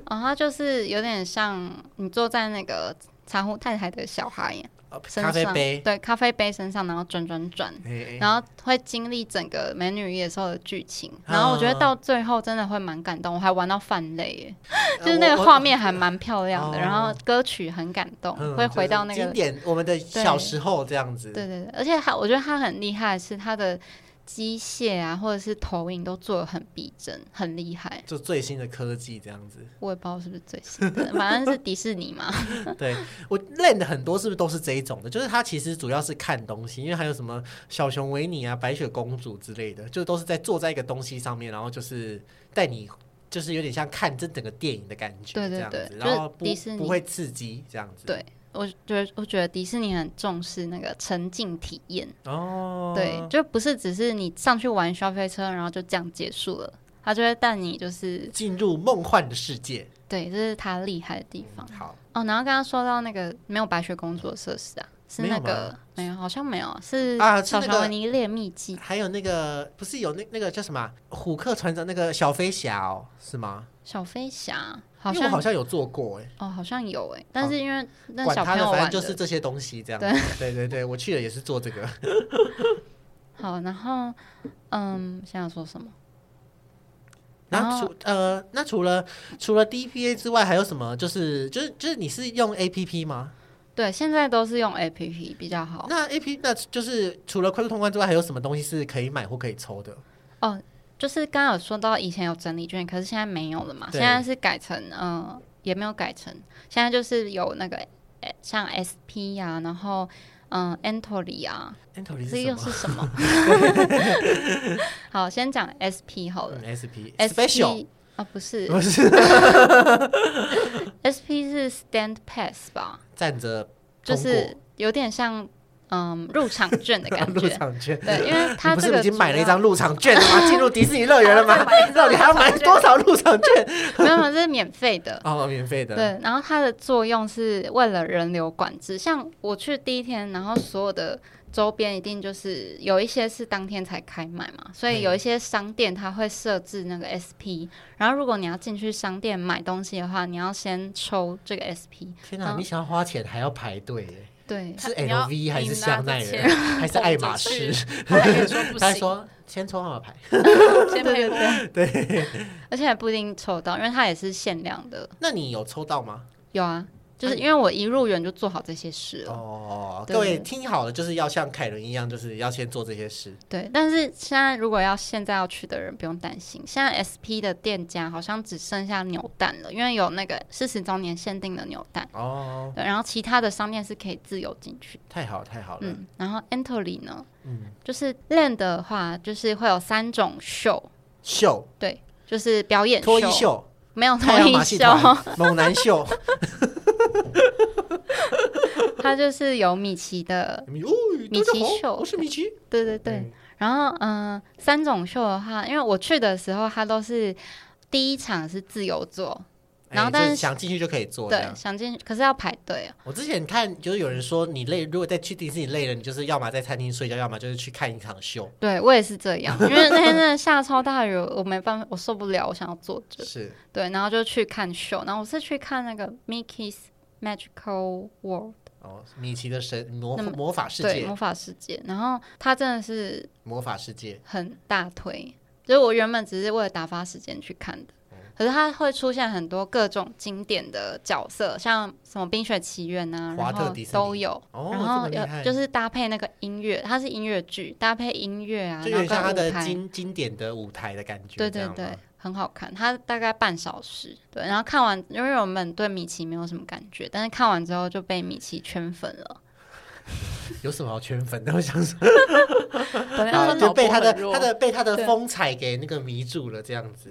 Speaker 2: 然后它哦就是有点像你坐在那个茶壶太太的小孩
Speaker 1: 呃
Speaker 2: 哦身
Speaker 1: 咖
Speaker 2: 上，
Speaker 1: 啡杯。哎
Speaker 2: 对，咖啡杯身上，然后转转转，
Speaker 1: 嘿
Speaker 2: 然后会经历整个《美女与野兽》的剧情。
Speaker 1: 啊
Speaker 2: 然后我觉得到最后真的会蛮感动，我还玩到泛泪耶，
Speaker 1: 呃
Speaker 2: 就是那
Speaker 1: 我
Speaker 2: 个
Speaker 1: 我
Speaker 2: 画面还蛮漂亮的，
Speaker 1: 哦
Speaker 2: 然后歌曲很感动，
Speaker 1: 嗯
Speaker 2: 会回到
Speaker 1: 就
Speaker 2: 那
Speaker 1: 是
Speaker 2: 个
Speaker 1: 经典我们的小时候这样子。
Speaker 2: 对对对，而且他我觉得他很厉害，是他的机械啊或者是投影都做的很逼真，很厉害。
Speaker 1: 就最新的科技这样子，
Speaker 2: 我也不知道是不是最新的，反正是迪士尼嘛。
Speaker 1: 对我练的很多是不是都是这一种的？就是它其实主要是看东西，因为还有什么小熊维尼啊、白雪公主之类的，就都是在坐在一个东西上面，然后就是带你就是有点像看这整个电影的感觉，
Speaker 2: 对对
Speaker 1: 这样
Speaker 2: 对
Speaker 1: 子，
Speaker 2: 就是
Speaker 1: 然后不
Speaker 2: 迪士尼
Speaker 1: 不会刺激这样子，
Speaker 2: 对我觉得我觉得迪士尼很重视那个沉浸体验，
Speaker 1: 哦，
Speaker 2: 对，就不是只是你上去玩消费车，然后就这样结束了，他就会带你就是
Speaker 1: 进入梦幻的世界，
Speaker 2: 对，这是他厉害的地方
Speaker 1: 好，
Speaker 2: 哦。然后刚刚说到那个没有白雪公主的设施啊，是
Speaker 1: 没有
Speaker 2: 那个
Speaker 1: 吗
Speaker 2: 没有，好像没有，是
Speaker 1: 啊是
Speaker 2: 小
Speaker 1: 那
Speaker 2: 熊
Speaker 1: 个
Speaker 2: 维尼猎秘记，
Speaker 1: 还有那个不是有那那个叫什么啊虎克船长那个小飞侠哦，是吗？
Speaker 2: 小飞侠好
Speaker 1: 因为我
Speaker 2: 像
Speaker 1: 好像有做过哎、
Speaker 2: 哦好像有哎、但是因为那
Speaker 1: 管
Speaker 2: 小
Speaker 1: 他
Speaker 2: 朋
Speaker 1: 的，
Speaker 2: 友
Speaker 1: 反
Speaker 2: 玩
Speaker 1: 正就
Speaker 2: 的
Speaker 1: 是这些东西这样子。对对对，我去了也是做这个。
Speaker 2: 好，然后嗯，现在说什么？然
Speaker 1: 那
Speaker 2: 后
Speaker 1: 除呃，那除了除了 DPA 之外，还有什么？就是就是就是你是用 APP 吗？
Speaker 2: 对，现在都是用 APP 比较好。
Speaker 1: 那 AP 那就是除了快速通关之外，还有什么东西是可以买或可以抽的？
Speaker 2: 就是刚刚有说到以前有整理券，可是现在没有了嘛，
Speaker 1: 对
Speaker 2: 现在是改成呃也没有改成，现在就是有那个呃像 SP 呀、然后嗯 Entory 啊，
Speaker 1: 安头里
Speaker 2: 这
Speaker 1: 是什
Speaker 2: 又
Speaker 1: 么
Speaker 2: 是什么？ 好，先讲 SP 好了
Speaker 1: 嗯？SP
Speaker 2: ，SP
Speaker 1: special
Speaker 2: 啊不是
Speaker 1: 不是
Speaker 2: SP 是 Stand Pass 吧，
Speaker 1: 站着
Speaker 2: 就
Speaker 1: 通过
Speaker 2: 是有点像嗯入场券的 感
Speaker 1: 入
Speaker 2: 觉。
Speaker 1: 场券。
Speaker 2: 对，因为它
Speaker 1: 你不
Speaker 2: 这
Speaker 1: 是
Speaker 2: 个
Speaker 1: 已经买了一
Speaker 2: 主要
Speaker 1: 张入场券了吗？进入迪士尼乐园了吗？到底还要买多少入场 券？
Speaker 2: 没有，没有这是免费的。
Speaker 1: 哦，免费的。
Speaker 2: 对，然后它的作用是为了人流管制。像我去第一天，然后所有的周边一定就是有一些是当天才开卖嘛，所以有一些商店它会设置那个 SP。然后如果你要进去商店买东西的话，你要先抽这个 SP。
Speaker 1: 天哪，
Speaker 2: 嗯
Speaker 1: 你想要花钱还要排队耶？
Speaker 2: 对，
Speaker 1: 是
Speaker 3: 你要
Speaker 1: LV
Speaker 2: 啊
Speaker 1: 还是
Speaker 3: 你拿
Speaker 1: 香
Speaker 3: 着
Speaker 1: 奈
Speaker 3: 钱
Speaker 1: 儿还 是爱马
Speaker 3: 走出
Speaker 1: 仕
Speaker 3: 去？他还跟你说不
Speaker 1: 他还
Speaker 3: 行，
Speaker 1: 说先抽号码牌。
Speaker 3: 先配合。
Speaker 2: 而且还不一定抽到，因为它也是限量的。
Speaker 1: 那你有抽到吗？
Speaker 2: 有啊，就是
Speaker 1: 那你
Speaker 2: 因为我一入园就做好这些事了。
Speaker 1: 哦，
Speaker 2: 对
Speaker 1: 各位听好了，就是要像凯伦一样，就是要先做这些事。
Speaker 2: 对，但是现在如果要现在要去的人不用担心，现在 SP 的店家好像只剩下扭蛋了，因为有那个四十周年限定的扭蛋，
Speaker 1: 哦，
Speaker 2: 对，然后其他的商店是可以自由进去。
Speaker 1: 太好了太好了。
Speaker 2: 嗯，然后 Entory 呢，
Speaker 1: 嗯，
Speaker 2: 就是 Land 的话，就是会有三种秀，
Speaker 1: 秀
Speaker 2: 对，就是表演
Speaker 1: 脱衣
Speaker 2: 秀，
Speaker 1: 秀、
Speaker 2: 没有
Speaker 1: 太
Speaker 2: 脱
Speaker 1: 阳
Speaker 2: 衣
Speaker 1: 马戏
Speaker 2: 秀，
Speaker 1: 团、猛男 秀，
Speaker 2: 它就是有米奇的，
Speaker 1: 米
Speaker 2: 米奇秀
Speaker 1: 我是米奇。
Speaker 2: 对对对，然后，嗯、三种秀的话，因为我去的时候，它都是第一场是自由座，
Speaker 1: 哎
Speaker 2: 然后但
Speaker 1: 就是是想进去就可以做这
Speaker 2: 对，
Speaker 1: 样。
Speaker 2: 想进去，可是要排队啊。
Speaker 1: 我之前看就是有人说你累，如果在去迪士尼累了，你就是要么在餐厅睡觉，要么就是去看一场秀。
Speaker 2: 对我也是这样，因为那天真的下超大雨，我没办法，我受不了，我想要坐着。
Speaker 1: 是
Speaker 2: 对，然后就去看秀，然后我是去看那个 Mickey's Magical World，
Speaker 1: 哦，米奇的神魔
Speaker 2: 那么
Speaker 1: 魔法世
Speaker 2: 对，
Speaker 1: 界，
Speaker 2: 魔法世界，然后它真的是
Speaker 1: 魔法世界。
Speaker 2: 很大推，就是我原本只是为了打发时间去看的。
Speaker 1: 哦
Speaker 2: 可是它会出现很多各种经典的角色，像什么《冰雪奇缘》啊，
Speaker 1: 华
Speaker 2: 然
Speaker 1: 特
Speaker 2: 后
Speaker 1: 迪士尼
Speaker 2: 都有，
Speaker 1: 哦
Speaker 2: 然
Speaker 1: 这
Speaker 2: 后
Speaker 1: 么厉
Speaker 2: 有
Speaker 1: 害
Speaker 2: 就是搭配那个音乐，它是音乐剧，搭配音乐啊，
Speaker 1: 就
Speaker 2: 然
Speaker 1: 有
Speaker 2: 后
Speaker 1: 点像他
Speaker 2: 跟舞
Speaker 1: 的
Speaker 2: 台，
Speaker 1: 经经典的舞台的感觉，这
Speaker 2: 对对
Speaker 1: 样吗
Speaker 2: 对，很好看。它大概半小时，对。然后看完，因为我们对米奇没有什么感觉，但是看完之后就被米奇圈粉了。
Speaker 1: 有什么好圈粉的？我想说，啊
Speaker 3: 本来说
Speaker 1: 就
Speaker 3: 脑
Speaker 1: 被
Speaker 3: 波
Speaker 1: 他的
Speaker 3: 很弱
Speaker 1: 他，的被他的
Speaker 3: 对
Speaker 1: 风采给那个迷住了，这样子。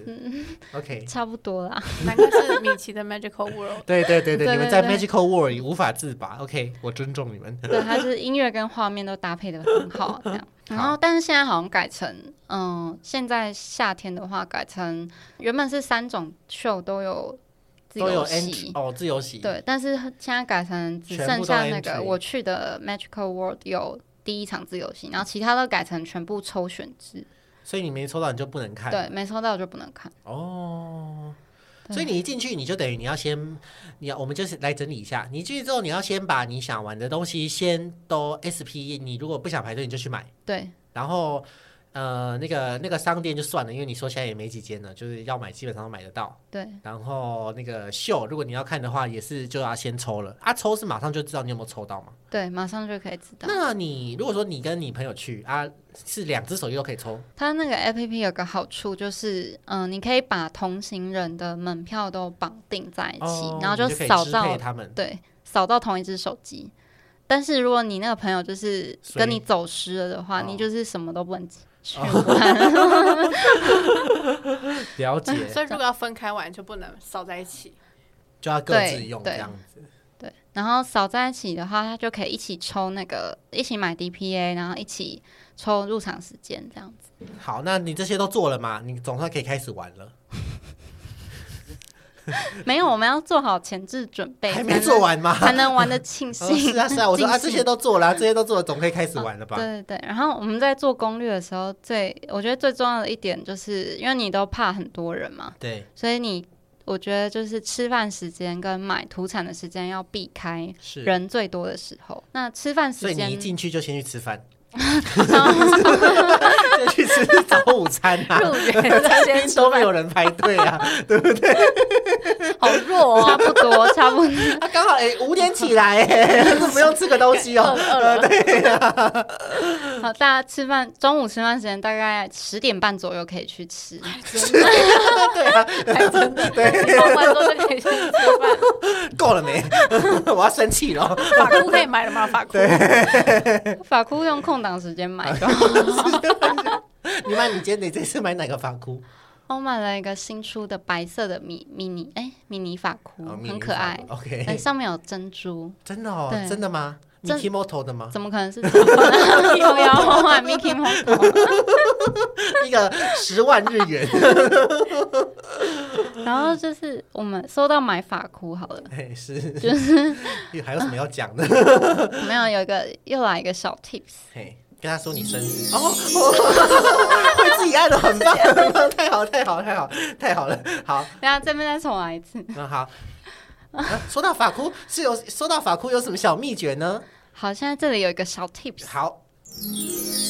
Speaker 1: OK，
Speaker 2: 嗯差不多啦，
Speaker 3: 难怪是米奇的 Magical World。
Speaker 1: 对对对
Speaker 2: 对
Speaker 1: 对，你们
Speaker 2: 对
Speaker 1: 在
Speaker 2: 对
Speaker 1: Magical World 无法自拔。OK，我尊重你们。
Speaker 2: 对，它就是音乐跟画面都搭配的很好，啊这 样。然后，但是现在好像改成，嗯，现在夏天的话改成，原本是三种秀都有自
Speaker 1: 都有
Speaker 2: 由
Speaker 1: entry
Speaker 2: 席，
Speaker 1: 哦，自由席。
Speaker 2: 对，但是现在改成只
Speaker 1: 全
Speaker 2: 剩
Speaker 1: 部都
Speaker 2: 下那
Speaker 1: entry
Speaker 2: 个我去的 Magical World 有第一场自由席，然后其他都改成全部抽选制，
Speaker 1: 所以你没抽到你就不能看。
Speaker 2: 对，没抽到就不能看。
Speaker 1: 哦。
Speaker 2: 对
Speaker 1: 所以你一进去，你就等于你要先，你要我们就是来整理一下。你进去之后，你要先把你想玩的东西先都 SP。你如果不想排队，你就去买。
Speaker 2: 对
Speaker 1: 然后呃，那个那个商店就算了，因为你说现在也没几间了，就是要买基本上都买得到。
Speaker 2: 对，
Speaker 1: 然后那个秀，如果你要看的话，也是就要先抽了啊，抽是马上就知道你有没有抽到嘛。
Speaker 2: 对，马上就可以知道。
Speaker 1: 那你如果说你跟你朋友去啊，是两只手机都可以抽
Speaker 2: 它那个 A P P 有个好处就是，嗯、你可以把同行人的门票都绑定在一起，
Speaker 1: 哦
Speaker 2: 哎然后
Speaker 1: 你就可以
Speaker 2: 扫
Speaker 1: 支
Speaker 2: 到
Speaker 1: 配他们。
Speaker 2: 对扫到同一只手机。但是如果你那个朋友就是
Speaker 1: 所以
Speaker 2: 跟你走失了的话，
Speaker 1: 哦
Speaker 2: 你就是什么都不能去
Speaker 1: 哦
Speaker 2: 玩。
Speaker 1: 了解，
Speaker 3: 所以如果要分开玩，就不能扫在一起。
Speaker 1: 就要各自用这
Speaker 2: 对对
Speaker 1: 样子。
Speaker 2: 对，然后扫在一起的话，他就可以一起抽那个，一起买 DPA，然后一起抽入场时间这样子。
Speaker 1: 好，那你这些都做了嘛？你总算可以开始玩 了，
Speaker 2: 没有，我们要做好前置准备，
Speaker 1: 还
Speaker 2: 才
Speaker 1: 没
Speaker 2: 能
Speaker 1: 做完 吗？
Speaker 2: 才能玩的庆
Speaker 1: 哦
Speaker 2: 幸。
Speaker 1: 是啊是啊，我 说啊，这
Speaker 2: 尽兴
Speaker 1: 些都做了啊，这些都做了，总可以开始玩了吧？
Speaker 2: 对对对，然后我们在做攻略的时候最我觉得最重要的一点就是，因为你都怕很多人嘛，
Speaker 1: 对，
Speaker 2: 所以你我觉得就是吃饭时间跟买土产的时间要避开
Speaker 1: 是。
Speaker 2: 人最多的时候。那吃饭
Speaker 1: 所
Speaker 2: 时
Speaker 1: 以你
Speaker 2: 间
Speaker 1: 一进去就先去吃 饭，先去吃早午餐啊，
Speaker 3: 入园
Speaker 1: 餐
Speaker 3: 先
Speaker 1: 厅都 没有人排队啊，
Speaker 3: 好弱
Speaker 2: 差
Speaker 3: 哦，
Speaker 2: 不多 差不多，
Speaker 1: 啊刚好哎五点起 来哎，是不用吃个东西
Speaker 3: 饿
Speaker 1: 哦。
Speaker 3: 了饿了，
Speaker 2: 好，大家吃饭中午吃饭时间大概十点半左右可以去吃。
Speaker 1: 对啊，
Speaker 3: 还哎真的，你逛完之后就可以去吃饭。
Speaker 1: 够了没？ 我要生气 了。
Speaker 3: 法裤可以买了吗？法裤
Speaker 2: 法库用空档时间买就好。
Speaker 1: 你买，你今天你这次买哪个发箍？
Speaker 2: 我买了一个新出的白色的迷迷你，哎、迷你法裤、
Speaker 1: 哦迷你
Speaker 2: 很可爱
Speaker 1: 发，箍
Speaker 2: 哎、
Speaker 1: OK，
Speaker 2: 上面有珍珠，
Speaker 1: 真的哦，
Speaker 2: 对
Speaker 1: 真的吗？你
Speaker 2: 真
Speaker 1: k i m o t o 的吗？
Speaker 2: 怎么可能是 我买 Mickey Mouse？
Speaker 1: 一个十万日元，
Speaker 2: 然后就是我们收到买法裤好了，
Speaker 1: 哎是， 还有什么要讲的？
Speaker 2: 我们有有一个又来一个小 tips，
Speaker 1: 嘿，跟他说你生日
Speaker 2: 嗯
Speaker 1: 哦， 会自己按的，很棒，很棒，太好，太好，太好，太好了，好，
Speaker 2: 等下这边再重来一次。
Speaker 1: 那好。啊说到法哭是有说到法哭有什么小秘诀呢？
Speaker 2: 好，现在这里有一个小 tips，
Speaker 1: 好，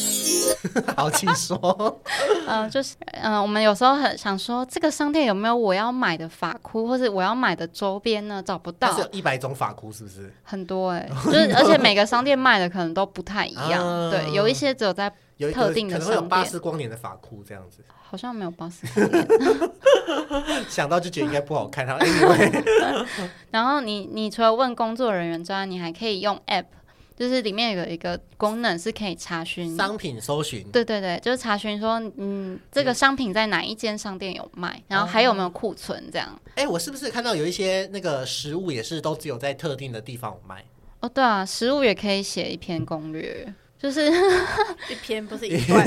Speaker 1: 好，请 说。
Speaker 2: 呃，就是呃，我们有时候很想说，这个商店有没有我要买的法裤，或是我要买的周边呢？找不
Speaker 1: 它
Speaker 2: 到
Speaker 1: 是有一百种法哭，是不是？
Speaker 2: 很多 哎、就是而且每个商店卖的可能都不太一样，
Speaker 1: 啊
Speaker 2: 对，有一些只有在
Speaker 1: 有一
Speaker 2: 特定的
Speaker 1: 可能会有
Speaker 2: 商
Speaker 1: 巴
Speaker 2: 店
Speaker 1: 斯光年的法哭这样子，
Speaker 2: 好像没有巴斯，
Speaker 1: 想到就觉得应该不好看。 然后 anyway，
Speaker 2: 然后你你除了问工作人员之外，你还可以用 App，就是里面有一个功能是可以查询。
Speaker 1: 商品搜寻，
Speaker 2: 对对对，就是查询说，嗯，这个商品在哪一间商店有卖，然后还有没有库存这样。
Speaker 1: 哎，我是不是看到有一些那个食物也是都只有在特定的地方有卖？
Speaker 2: 哦，对啊，食物也可以写一篇攻略，就是
Speaker 3: 一篇不是一段，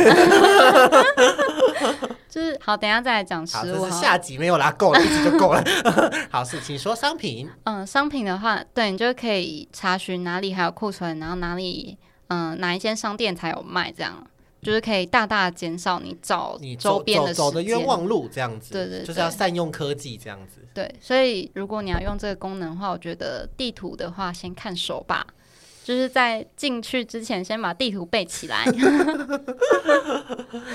Speaker 2: 就是好，等一下再来讲
Speaker 1: 好，
Speaker 2: 食
Speaker 1: 这
Speaker 2: 物
Speaker 1: 是
Speaker 2: 哈。
Speaker 1: 下集没有啦，够了，一集就够了。 好，是请说商品。
Speaker 2: 嗯，商品的话，对你就可以查询哪里还有库存，然后哪里嗯哪一间商店才有卖，这样就是可以大大减少你找
Speaker 1: 你
Speaker 2: 周
Speaker 1: 走
Speaker 2: 边
Speaker 1: 走走
Speaker 2: 时
Speaker 1: 的
Speaker 2: 间。
Speaker 1: 冤枉路这样子，
Speaker 2: 对对对
Speaker 1: 就是要善用科技这样子。
Speaker 2: 对，所以如果你要用这个功能的话，我觉得地图的话先看手吧，就是在进去之前先把地图背起来。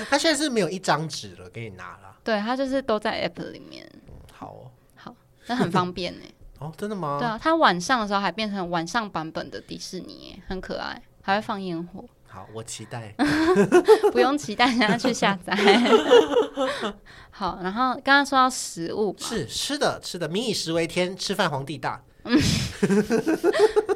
Speaker 1: 他现在是没有一张纸了，给你拿了。
Speaker 2: 对，它就是都在 App 里面，
Speaker 1: 好哦，
Speaker 2: 那很方便呢。
Speaker 1: 哦，真的吗？
Speaker 2: 对啊，它晚上的时候还变成晚上版本的迪士尼耶，很可爱，还会放烟火，
Speaker 1: 好，我期待。
Speaker 2: 不用期待大家去下载。 好，然后刚刚说到食物嘛，
Speaker 1: 是吃的，吃的，民以食为天，吃饭皇帝大。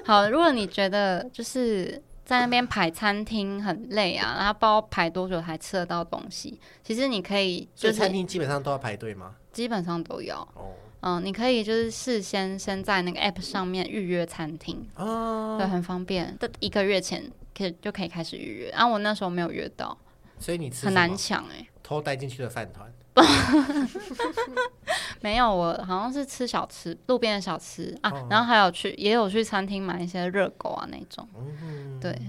Speaker 2: 好，如果你觉得就是在那边排餐厅很累啊，然后不知道排多久才吃得到东西，其实你可以
Speaker 1: 所
Speaker 2: 就
Speaker 1: 以餐
Speaker 2: 是
Speaker 1: 厅基本上都要排队吗？
Speaker 2: 基本上都有，
Speaker 1: 哦，
Speaker 2: 嗯，你可以就是事先先在那个 app 上面预约餐厅，
Speaker 1: 哦，
Speaker 2: 对，很方便，这一个月前可以就可以开始预约。啊，我那时候没有约到，
Speaker 1: 所以你吃
Speaker 2: 很
Speaker 1: 什么
Speaker 2: 难抢哎、
Speaker 1: 偷带进去的饭团。
Speaker 2: 没有，我好像是吃小吃，路边的小吃啊，
Speaker 1: 哦
Speaker 2: 然后还有去也有去餐厅买一些热狗啊那种，
Speaker 1: 嗯，
Speaker 2: 对。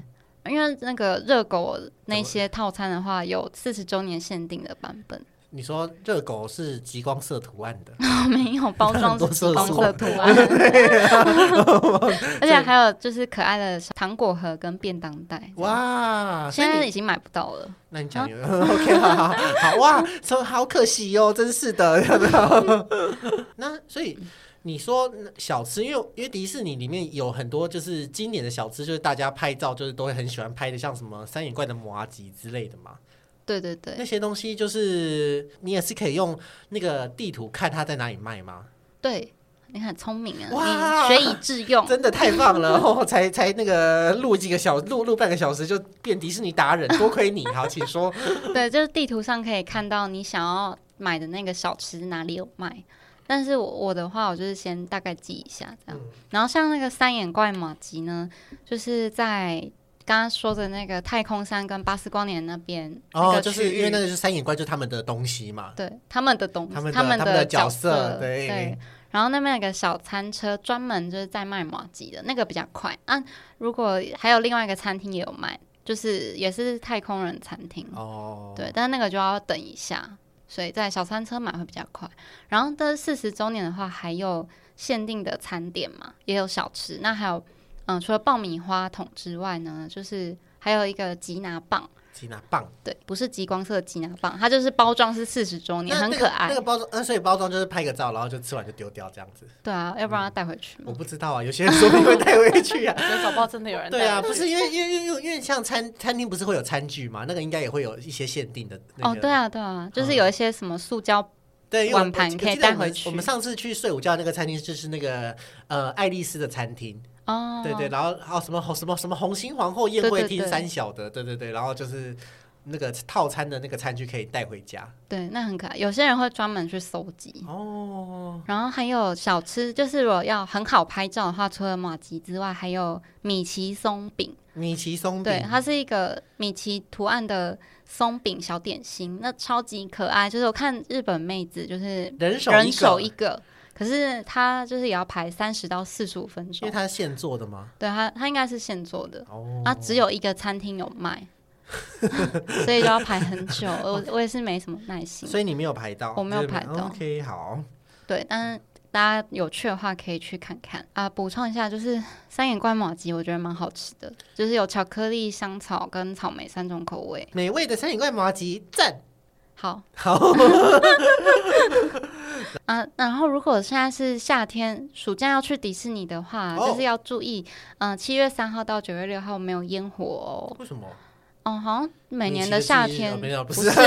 Speaker 2: 因为那个热狗那些套餐的话，有四十周年限定的版本，
Speaker 1: 你说热狗是极光色图案的，
Speaker 2: 没有 包装是极光色图案，而
Speaker 1: 对啊
Speaker 2: 且还有就是可爱的小糖果盒跟便当袋，
Speaker 1: 哇！
Speaker 2: 现
Speaker 1: 啊所以
Speaker 2: 在
Speaker 1: 你
Speaker 2: 已经买不到了。
Speaker 1: 那你
Speaker 2: 啊
Speaker 1: 讲有 OK 好好好哇， 所以好可惜哦，真是的。 这样子那所以你说小吃，因为因为迪士尼里面有很多就是经典的小吃，就是大家拍照就是都会很喜欢拍的，像什么三眼怪的麻吉之类的嘛。
Speaker 2: 对对对，
Speaker 1: 那些东西就是你也是可以用那个地图看它在哪里卖吗？
Speaker 2: 对，你很聪明啊，
Speaker 1: 哇
Speaker 2: 你学以致用。
Speaker 1: 真的太棒了，哦、才才那个录几个小录录半个小时就变迪士尼达人，多亏你。好，请说。
Speaker 2: 对，就是地图上可以看到你想要买的那个小吃哪里有卖。但是我我的话，我就是先大概记一下这样。
Speaker 1: 嗯
Speaker 2: 然后像那个三眼怪马吉呢，就是在刚刚说的那个太空山跟巴斯光年那边， 那
Speaker 1: 哦，
Speaker 2: 个
Speaker 1: 就是
Speaker 2: 区域
Speaker 1: 因为那个是三眼怪，就是他们的东西嘛。
Speaker 2: 对他们的东西，
Speaker 1: 他们的
Speaker 2: 们
Speaker 1: 他们的
Speaker 2: 角
Speaker 1: 角色对
Speaker 2: 然后那边有个小餐车，专门就是在卖马吉的那个比较快啊。如果还有另外一个餐厅也有卖，就是也是太空人餐厅，
Speaker 1: 哦，
Speaker 2: 嗯对，但那个就要等一下，所以在小餐车买会比较快。然后的四十周年的话，还有限定的餐点嘛，也有小吃。那还有，嗯，除了爆米花桶之外呢，就是还有一个吉拿棒，
Speaker 1: 吉拿棒，
Speaker 2: 对，不是极光色的吉拿棒，它就是包装是四十周年，
Speaker 1: 那
Speaker 2: 很
Speaker 1: 那
Speaker 2: 可
Speaker 1: 个
Speaker 2: 爱
Speaker 1: 那。个包装，那呃所以包装就是拍个照，然后就吃完就丢掉这样子。
Speaker 2: 对啊，要不然要带回去
Speaker 1: 我
Speaker 2: 嘛。
Speaker 1: 不知道啊，有些人说不定会带回去 啊。
Speaker 3: 搞不好真的有人
Speaker 1: 对啊，
Speaker 3: 带
Speaker 1: 不是因为因为因为因为因为像餐餐厅不是会有餐具嘛，那个应该也会有一些限定的、那
Speaker 2: 哦，
Speaker 1: 个。嗯
Speaker 2: 对啊，对啊，就是有一些什么塑胶，
Speaker 1: 对，因为我
Speaker 2: 碗盘
Speaker 1: 我记
Speaker 2: 可以
Speaker 1: 我记得
Speaker 2: 带
Speaker 1: 我们
Speaker 2: 回去
Speaker 1: 我们上次去睡午觉那个餐厅就是那个呃爱丽丝的餐厅，
Speaker 2: 哦，
Speaker 1: 对对，然后还有什么红什么什么红心皇后宴
Speaker 2: 对
Speaker 1: 会
Speaker 2: 对
Speaker 1: 厅
Speaker 2: 对
Speaker 1: 三小的，对对对，然后就是那个套餐的那个餐具可以带回家。
Speaker 2: 对，那很可爱。有些人会专门去搜集。
Speaker 1: 哦，
Speaker 2: 然后还有小吃，就是如果要很好拍照的话，除了马吉之外，还有米奇松饼。
Speaker 1: 米奇松饼
Speaker 2: 对，，它是一个米奇图案的松饼小点心，那超级可爱。就是我看日本妹子，就是
Speaker 1: 人手
Speaker 2: 人手
Speaker 1: 一
Speaker 2: 一
Speaker 1: 个，
Speaker 2: 个，可是它就是也要排三十到四十五分
Speaker 1: 因为
Speaker 2: 钟。
Speaker 1: 它是现做的嘛。
Speaker 2: 对，它它应该是现做的，
Speaker 1: 哦，
Speaker 2: 啊，只有一个餐厅有卖， 所以就要排很久。我我也是没什么耐心。
Speaker 1: 所以你没有排到，
Speaker 2: 我没有
Speaker 1: 就是
Speaker 2: 排到
Speaker 1: OK，好，
Speaker 2: 对，但是大家有去的话可以去看看啊。补充一下，就是三眼怪马吉，我觉得蛮好吃的，就是有巧克力、香草跟草莓三种口味。
Speaker 1: 美味的三眼怪麻吉赞。
Speaker 2: 好
Speaker 1: 好，
Speaker 2: 啊，然后如果现在是夏天，暑假要去迪士尼的话，
Speaker 1: 哦
Speaker 2: 就是要注意，嗯、七月三号到九月六号没有烟火哦。
Speaker 1: 为什么？
Speaker 2: 哦，好像每
Speaker 1: 米
Speaker 2: 年
Speaker 1: 奇
Speaker 2: 的
Speaker 1: 的
Speaker 2: 夏
Speaker 1: 记忆
Speaker 2: 天
Speaker 1: 哦没有不
Speaker 2: 不
Speaker 1: 是
Speaker 2: 是，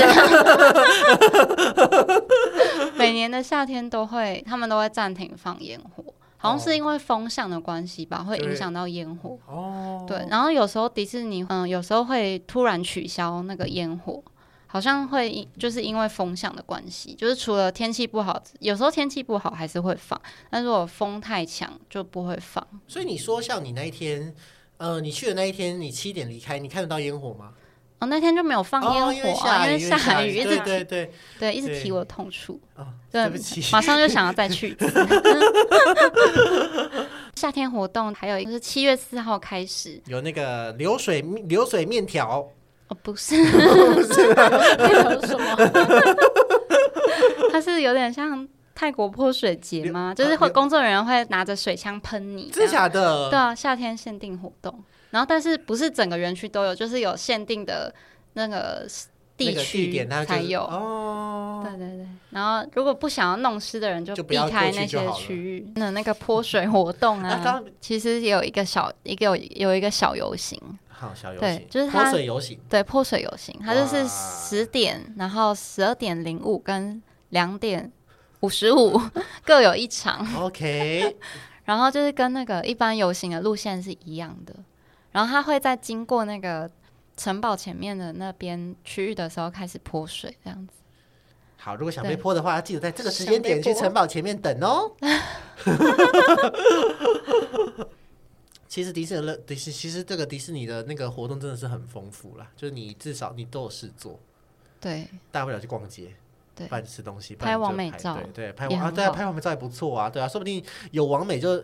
Speaker 2: 每年的夏天都会，他们都会暂停放烟火，好像
Speaker 1: 哦
Speaker 2: 是因为风向的关系吧，会
Speaker 1: 就
Speaker 2: 影
Speaker 1: 会
Speaker 2: 响到烟火。
Speaker 1: 哦，
Speaker 2: 对，然后有时候迪士尼，嗯，有时候会突然取消那个烟火，好像会因就是因为风向的关系，就是除了天气不好，有时候天气不好还是会放，但如果风太强就不会放。
Speaker 1: 所以你说像你那一天，呃，你去的那一天，你七点离开，你看得到烟火吗？
Speaker 2: 哦，那天就没有放
Speaker 1: 哦，
Speaker 2: 烟
Speaker 1: 因
Speaker 2: 火、
Speaker 1: 为
Speaker 2: 啊，
Speaker 1: 下雨，因为
Speaker 2: 下
Speaker 1: 雨，
Speaker 2: 一直
Speaker 1: 对对对，
Speaker 2: 对一直
Speaker 1: 对
Speaker 2: 提我痛处，
Speaker 1: 哦，
Speaker 2: 对
Speaker 1: 对不起，
Speaker 2: 马上就想要再去一次。 夏天活动还有一个是七月四号开始，
Speaker 1: 有那个流水面流水面条，
Speaker 2: 哦，不是，
Speaker 3: 有什么？
Speaker 2: 它是有点像泰国泼水节
Speaker 1: 流
Speaker 2: 吗？就是
Speaker 1: 啊
Speaker 2: 会
Speaker 1: 流
Speaker 2: 工作人员会拿着水枪喷你，
Speaker 1: 真的
Speaker 2: 这样
Speaker 1: 假的？
Speaker 2: 对啊，夏天限定活动。然后，但是不是整个园区都有，就是有限定的那个
Speaker 1: 那
Speaker 2: 地
Speaker 1: 个
Speaker 2: 区
Speaker 1: 地点它就是
Speaker 2: 才有。
Speaker 1: 哦，
Speaker 2: 对对对，然后如果不想要弄湿的人，就
Speaker 1: 就不
Speaker 2: 避
Speaker 1: 要过
Speaker 2: 开
Speaker 1: 去
Speaker 2: 那
Speaker 1: 就
Speaker 2: 些
Speaker 1: 好了
Speaker 2: 区域。那那个泼水活动
Speaker 1: 那
Speaker 2: 啊
Speaker 1: 刚，
Speaker 2: 其实也有一个小一个有有一个小游行，
Speaker 1: 好小游
Speaker 2: 对
Speaker 1: 行，
Speaker 2: 就是它
Speaker 1: 泼水游行，
Speaker 2: 对泼水游行，它就是
Speaker 1: 哇
Speaker 2: 十点，然后十二点零五跟两点五十五 各有一场，
Speaker 1: OK，
Speaker 2: 然后就是跟那个一般游行的路线是一样的，然后它会在经过那个城堡前面的那边区域的时候开始泼水，这样子。
Speaker 1: 好，如果想
Speaker 2: 对
Speaker 1: 被泼的话，记得在这个时
Speaker 3: 想
Speaker 1: 间
Speaker 3: 被
Speaker 1: 点去
Speaker 3: 泼
Speaker 1: 城堡前面等 哦。其实迪士尼乐迪士，其实这个迪士尼的那个活动真的是很丰富啦，就是你至少你都有事做，
Speaker 2: 对，
Speaker 1: 大不了去逛街，
Speaker 2: 对
Speaker 1: 不然吃东西，
Speaker 2: 拍
Speaker 1: 不然就
Speaker 2: 完美照
Speaker 1: 对对，拍
Speaker 2: 也
Speaker 1: 完啊，
Speaker 2: 很
Speaker 1: 对啊，
Speaker 2: 好
Speaker 1: 拍完美照也不错啊，对啊，说不定有完美就。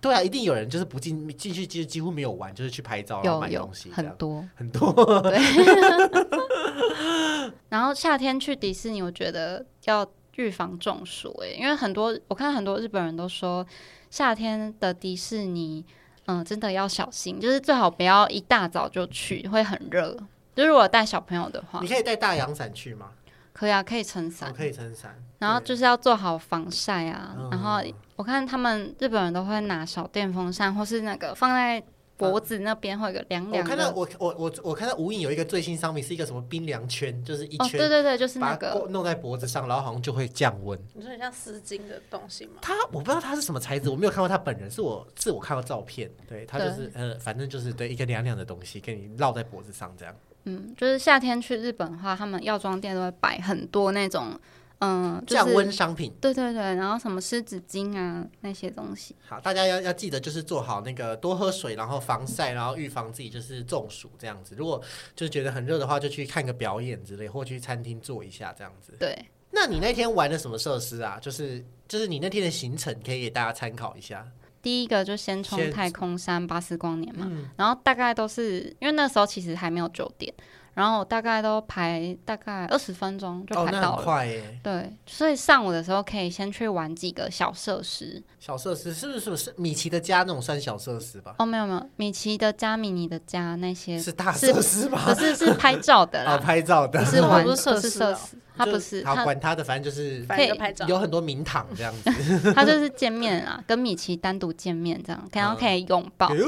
Speaker 1: 对啊，一定有人就是不进进去，几几乎没有玩，就是去拍照，然后
Speaker 2: 有
Speaker 1: 买
Speaker 2: 有
Speaker 1: 东西，这
Speaker 2: 很
Speaker 1: 样
Speaker 2: 多。
Speaker 1: 很多。
Speaker 2: 然后夏天去迪士尼，我觉得要预防中暑、欸，因为很多我看很多日本人都说，夏天的迪士尼，嗯，真的要小心，就是最好不要一大早就去，会很热。就是如果带小朋友的话
Speaker 1: 你，可以带大阳伞去吗？
Speaker 2: 可以啊，可以撑
Speaker 1: 我
Speaker 2: 伞，
Speaker 1: 哦可以撑伞。
Speaker 2: 然后
Speaker 1: 对
Speaker 2: 就是要做好防晒啊。
Speaker 1: 嗯
Speaker 2: 然后我看他们日本人都会拿小电风扇，或是那个放在脖子那边会有嗯个哦凉
Speaker 1: 哦我
Speaker 2: 凉
Speaker 1: 看到
Speaker 2: 的。
Speaker 1: 我我我我看到无印有一个最新商品是一个什么冰凉圈，就是一
Speaker 2: 哦，
Speaker 1: 圈、
Speaker 2: 对对对，就是那
Speaker 1: 把它
Speaker 2: 个
Speaker 1: 勾弄在脖子上，然后好像就会降温。
Speaker 3: 你说很像丝巾的东西吗？
Speaker 1: 它我不知道它是什么材质，我没有看过它本人，是我是我看到照片，对，它就是呃，反正就是对一个凉凉的东西给你绕在脖子上这样。
Speaker 2: 嗯，就是夏天去日本的话，他们药妆店都会摆很多那种，嗯，就是、
Speaker 1: 降温商品，
Speaker 2: 对对对，然后什么湿纸巾啊那些东西，
Speaker 1: 好，大家要要记得就是做好那个多喝水，然后防晒，然后预防自己就是中暑这样子。如果就是觉得很热的话，就去看个表演之类，或去餐厅坐一下这样子。
Speaker 2: 对，
Speaker 1: 那你那天玩了什么设施啊？就是就是你那天的行程可以给大家参考一下。
Speaker 2: 第一个就先冲
Speaker 1: 先嗯
Speaker 2: 太空山巴斯光年嘛，然后大概都是因为那时候其实还没有九点，然后我大概都排大概二十分钟就
Speaker 1: 哦，
Speaker 2: 排
Speaker 1: 那
Speaker 2: 到
Speaker 1: 很
Speaker 2: 了。
Speaker 1: 快耶！
Speaker 2: 对，所以上午的时候可以先去玩几个小设施
Speaker 1: 小设施是不是是不是米奇的家那种算小设施吧？
Speaker 2: 哦，没有没有，米奇的家、米妮的家那些，
Speaker 1: 啊是大设施吧？
Speaker 2: 可是是拍 照的
Speaker 1: 啊，
Speaker 2: 啦，
Speaker 1: 拍照
Speaker 2: 不
Speaker 1: 的，
Speaker 2: 是玩，
Speaker 3: 不
Speaker 2: 不
Speaker 3: 是设
Speaker 2: 是
Speaker 3: 施哦
Speaker 2: 设施，它不是，
Speaker 1: 好
Speaker 2: 它
Speaker 1: 管他的，反正就是
Speaker 3: 反正就拍照，
Speaker 1: 有很多名堂这样子。
Speaker 2: 他就是见面啊， 跟米奇单独见面这样，然后
Speaker 1: 嗯
Speaker 2: 可以拥抱。
Speaker 1: 哎
Speaker 2: 就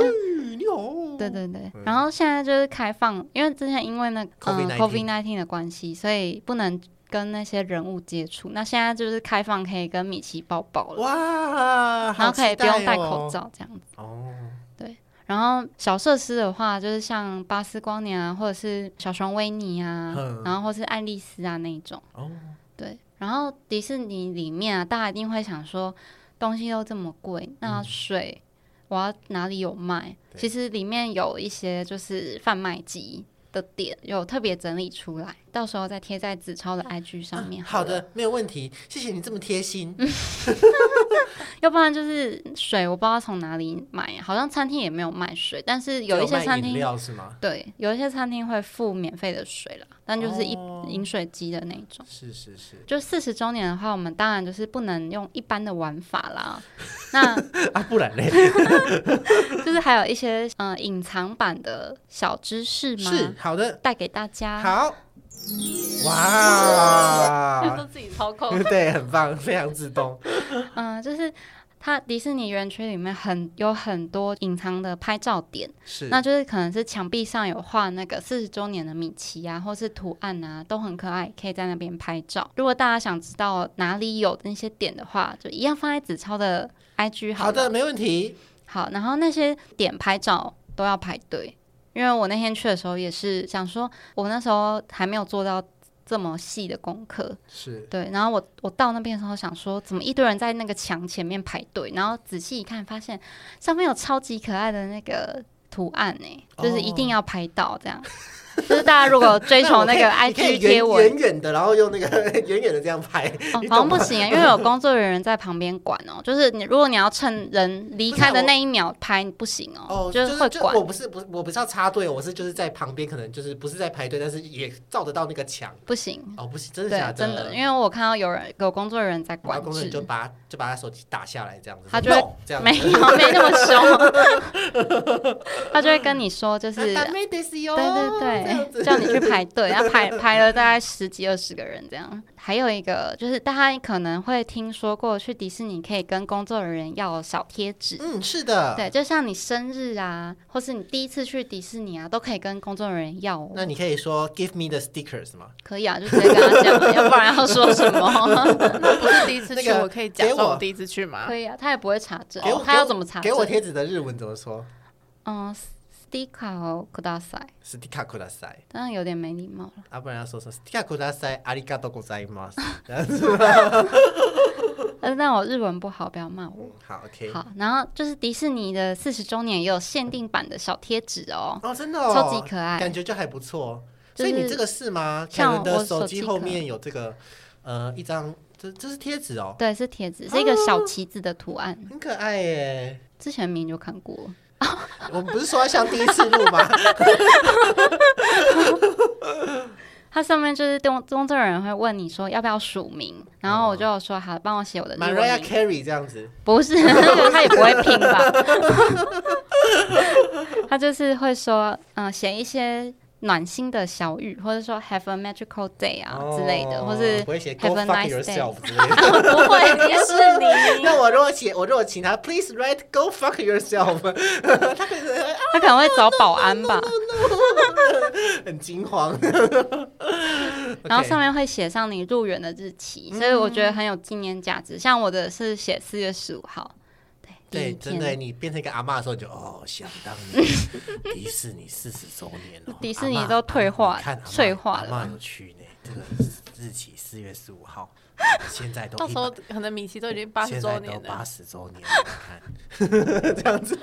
Speaker 1: 你好，
Speaker 2: 对对对
Speaker 1: 嗯，
Speaker 2: 然后现在就是开放，因为之前因为那个嗯
Speaker 1: COVID-19
Speaker 2: COVID nineteen 的关系，所以不能跟那些人物接触。那现在就是开放可以跟米奇抱抱了，
Speaker 1: 哇，
Speaker 2: 然
Speaker 1: 好
Speaker 2: 后可
Speaker 1: 期
Speaker 2: 以不用
Speaker 1: 待
Speaker 2: 戴
Speaker 1: 哦
Speaker 2: 口罩这样子。
Speaker 1: 哦。
Speaker 2: 然后小设施的话，就是像巴斯光年啊，或者是小熊维尼啊，
Speaker 1: 嗯
Speaker 2: 然后或是爱丽丝啊那一种。
Speaker 1: 哦，
Speaker 2: 对，然后迪士尼里面啊，大家一定会想说，东西都这么贵，那水、我要哪里有卖？
Speaker 1: 嗯对
Speaker 2: 其实里面有一些就是贩卖机的点，有特别整理出来，到时候再贴在子超的 IG 上面
Speaker 1: 啊好
Speaker 2: 了，
Speaker 1: 的，没有问题，谢谢你这么贴心。
Speaker 2: 嗯要不然就是水，我不知道从哪里买，好像餐厅也没有卖水，但是有一
Speaker 1: 只
Speaker 2: 些
Speaker 1: 卖
Speaker 2: 餐
Speaker 1: 饮
Speaker 2: 厅。
Speaker 1: 料是吗？
Speaker 2: 对，有一些餐厅会付免费的水啦，但就是一
Speaker 1: 哦
Speaker 2: 饮水机的那一种。
Speaker 1: 是是 是，
Speaker 2: 就四十周年的话，我们当然就是不能用一般的玩法啦。 那
Speaker 1: 啊，不然嘞，
Speaker 2: 就是还有一些嗯隐藏版的小知识吗？啊
Speaker 1: 是好的，
Speaker 2: 带给大家。
Speaker 1: 好，哇，
Speaker 3: 都自己操控。
Speaker 1: 对，很棒，非常自动，
Speaker 2: 嗯，就是它迪士尼园区里面很有很多隐藏的拍照点，
Speaker 1: 是
Speaker 2: 那就是可能是墙壁上有画那个四十周年的米奇啊，或是图案啊，都很可爱，可以在那边拍照。如果大家想知道哪里有那些点的话，就一样放在子超的 IG 好
Speaker 1: 好
Speaker 2: 了
Speaker 1: 的，没问题。
Speaker 2: 好，然后那些点拍照都要排队，因为我那天去的时候也是想说，我那时候还没有做到这么细的功课，
Speaker 1: 是
Speaker 2: 对。然后我我到那边的时候想说，怎么一堆人在那个墙前面排队？然后仔细一看，发现上面有超级可爱的那个图案呢、
Speaker 1: 哦
Speaker 2: 就是一定要拍到这样。就是大家如果追求那 个
Speaker 1: 我可以你可
Speaker 2: IG
Speaker 1: 以
Speaker 2: 贴
Speaker 1: 远
Speaker 2: 文
Speaker 1: 远，远的，然后用那个远远的这样拍，
Speaker 2: 哦
Speaker 1: 你，懂
Speaker 2: 好像
Speaker 1: 吗
Speaker 2: 不行啊，因为有工作人员在旁边管哦。就是你，如果你要趁人离开的那一秒拍，不行哦，
Speaker 1: 啊哦，
Speaker 2: 就是会
Speaker 1: 就
Speaker 2: 管
Speaker 1: 我。不是不是我不是要插队，我是就是在旁边，可能就是不是在排队，但是也照得到那个墙。
Speaker 2: 不行，
Speaker 1: 哦，不是，真的
Speaker 2: 对
Speaker 1: 假，
Speaker 2: 真的，因
Speaker 1: 为
Speaker 2: 为我看到有人有工作人员在管
Speaker 1: 工作人员就
Speaker 2: 制，
Speaker 1: 把就把他手机打下来这样子，
Speaker 2: 他就
Speaker 1: 说
Speaker 2: 会
Speaker 1: “No”，这样子
Speaker 2: 没有没那么凶， 他就会跟你说，就是
Speaker 1: 啊
Speaker 2: 对
Speaker 1: 打妹得死哟
Speaker 2: 对
Speaker 1: 啊这样
Speaker 2: 对，
Speaker 1: 子
Speaker 2: 叫你去排队，然后排排了大概十几二十个人这样。还有一个就是大家可能会听说过，去迪士尼可以跟工作人员要小贴纸。
Speaker 1: 嗯，是的。
Speaker 2: 对，就像你生日啊，或是你第一次去迪士尼啊，都可以跟工作人员要哦。
Speaker 1: 那你可以说 “Give me the stickers” 吗？
Speaker 2: 可以啊，就直接跟他讲，要不然要说 什么？
Speaker 3: 那不是第一次去，
Speaker 1: 那个
Speaker 3: 我可以假
Speaker 1: 给我
Speaker 3: 装我第一次去吗？
Speaker 2: 可以啊，他也不会查证
Speaker 1: 给我，
Speaker 2: 他要怎么查证？
Speaker 1: 给我贴纸的日文怎么说
Speaker 2: 嗯，sticker をください，
Speaker 1: ？“Stika kudasai”，
Speaker 2: 当然有点没礼貌了。
Speaker 1: 要啊不然要说说 “Stika kudasai”，阿里嘎多ございます。这样子
Speaker 2: 但呃是但我日文不好，不要骂我。
Speaker 1: 嗯好，OK。
Speaker 2: 好，然后就是迪士尼的四十周年也有限定版的小贴纸哦，
Speaker 1: 哦，真的哦，
Speaker 2: 超级可爱
Speaker 1: 感觉就还不错。
Speaker 2: 就
Speaker 1: 所
Speaker 2: 是
Speaker 1: 以你这个是吗？凯
Speaker 2: 像
Speaker 1: 伦
Speaker 2: 我
Speaker 1: 的
Speaker 2: 手
Speaker 1: 手
Speaker 2: 机
Speaker 1: 机
Speaker 2: 壳
Speaker 1: 后面有这个，呃，一张，这这是贴纸哦，
Speaker 2: 对，是贴纸，是一个小旗子的图案，
Speaker 1: 很可爱耶。
Speaker 2: 之前明明就看过。
Speaker 1: 我们不是说要像第一次录 吗？
Speaker 2: 它上面就是工工作人员会问你说要不要署名，然后我就有说好，帮我写我的日文
Speaker 1: Mariah
Speaker 2: 名。
Speaker 1: Carey 这样子，
Speaker 2: 不是，那个他也不会拼 呃吧？他就是会说，嗯、写一些暖心的小语，或者说 Have a magical day 啊、
Speaker 1: 哦
Speaker 2: 之类的，或是
Speaker 1: 不会写 Go
Speaker 2: Have a
Speaker 1: fuck
Speaker 2: nice day
Speaker 1: yourself 之类的。
Speaker 2: 不会
Speaker 3: 迪士尼，
Speaker 1: 那我如果写，我如果请他，please write go fuck yourself，他 可能
Speaker 2: 他可能会找保安 吧。
Speaker 1: 很惊慌。
Speaker 2: 然后
Speaker 1: OK
Speaker 2: 上面会写上你入园的日期，所以我觉得很有纪念价值。像我的是写四月十五号，对，第
Speaker 1: 对，
Speaker 2: 一
Speaker 1: 真
Speaker 2: 天
Speaker 1: 的，你变成一个阿嬷的时候，你就哦，想当年 迪士尼四十周年哦，
Speaker 2: 迪士尼
Speaker 1: 阿嬷
Speaker 2: 都退化
Speaker 1: 你看阿嬷
Speaker 2: 退化了
Speaker 1: 阿嬷有去呢，这个日期四月十五号，现在都
Speaker 3: 到时候
Speaker 1: 100
Speaker 3: 可能米奇都已经八十
Speaker 1: 现
Speaker 3: 周
Speaker 1: 在
Speaker 3: 年
Speaker 1: 都
Speaker 3: 了
Speaker 1: 八。十周年了，你看 这样子，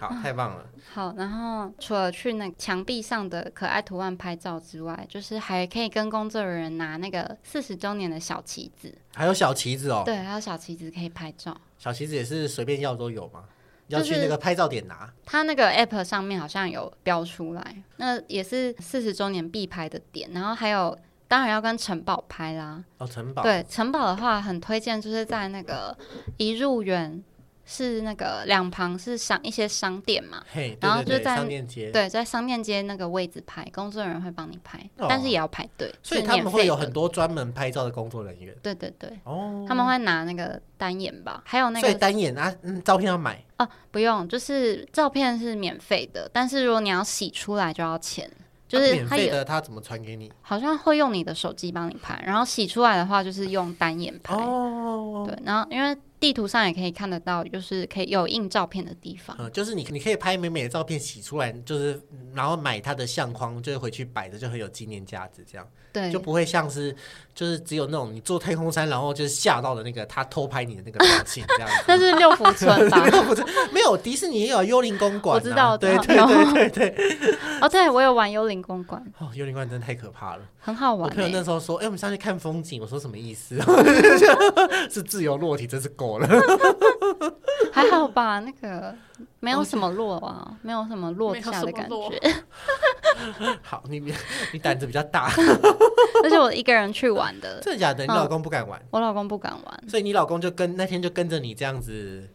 Speaker 1: 好，太棒了，
Speaker 2: 好，然后除了去那墙壁上的可爱图案拍照之外，就是还可以跟工作人员拿那个四十周年的小旗子，
Speaker 1: 还有小旗子哦，
Speaker 2: 对，还有小旗子可以拍照。
Speaker 1: 小旗子也是随便要都有吗？要
Speaker 2: 就是
Speaker 1: 去那个拍照点拿，
Speaker 2: 它那个 app 上面好像有标出来，那也是四十周年必拍的点。然后还有，当然要跟城堡拍啦。
Speaker 1: 哦，城堡，
Speaker 2: 对，城堡的话很推荐，就是在那个一入园是那个两旁是商一些商店嘛，
Speaker 1: 嘿，
Speaker 2: 然后
Speaker 1: 对对对，
Speaker 2: 就在
Speaker 1: 商店街，
Speaker 2: 对，在商店街那个位置拍，工作人员会帮你拍，
Speaker 1: 哦
Speaker 2: 但是也要排队，
Speaker 1: 所以
Speaker 2: 是
Speaker 1: 他
Speaker 2: 免
Speaker 1: 们
Speaker 2: 费
Speaker 1: 会有
Speaker 2: 的
Speaker 1: 很多专门拍照的工作人员
Speaker 2: 对对对，
Speaker 1: 哦，
Speaker 2: 他们会拿那个单眼吧，还有那
Speaker 1: 所以
Speaker 2: 个
Speaker 1: 单眼啊，嗯，照片要买。
Speaker 2: 哦，不用，就是照片是免费的，但是如果你要洗出来就要钱，就
Speaker 1: 啊
Speaker 2: 是
Speaker 1: 免
Speaker 2: 它
Speaker 1: 费
Speaker 2: 有
Speaker 1: 的，他怎么传给你？
Speaker 2: 好像会用你的手机帮你拍，然后洗出来的话就是用单眼拍，
Speaker 1: 哦，
Speaker 2: 对，然后因为地图上也可以看得到，就是可以有印照片的地方。
Speaker 1: 嗯，就是你，你可以拍美美的照片洗出来，就是嗯然后买它的相框，就是回去摆着，就很有纪念价值，这样
Speaker 2: 对
Speaker 1: 就，不会像是就是只有那种你坐太空山，然后就是吓到的那个他偷拍你的那个表情这样
Speaker 2: 那是六福村吧？
Speaker 1: 子。没有，迪士尼也有幽灵公馆、啊，
Speaker 2: 我知道
Speaker 1: 对
Speaker 2: 我
Speaker 1: 对
Speaker 2: 知道
Speaker 1: 对对对，
Speaker 2: 哦，对，我有玩幽灵公馆，
Speaker 1: 哦，幽灵公馆真的太可怕了。
Speaker 2: 很好
Speaker 1: 我
Speaker 2: 玩、
Speaker 1: 朋友
Speaker 2: 欸。
Speaker 1: 那时候说，哎、我们上去看风景，我说什么意思？ 是自由落体，真是够了。
Speaker 2: 还好吧？那个没有什么落啊，没有什么落
Speaker 3: 没有
Speaker 2: 下
Speaker 3: 什
Speaker 2: 的
Speaker 3: 么
Speaker 2: 感
Speaker 3: 落
Speaker 2: 觉。
Speaker 1: 好，你你胆子比较大，
Speaker 2: 而且我一个人去玩的，
Speaker 1: 真的假的？你老公不敢玩。
Speaker 2: 我老公不敢玩。
Speaker 1: 所以你老公就跟那天就跟着你这样子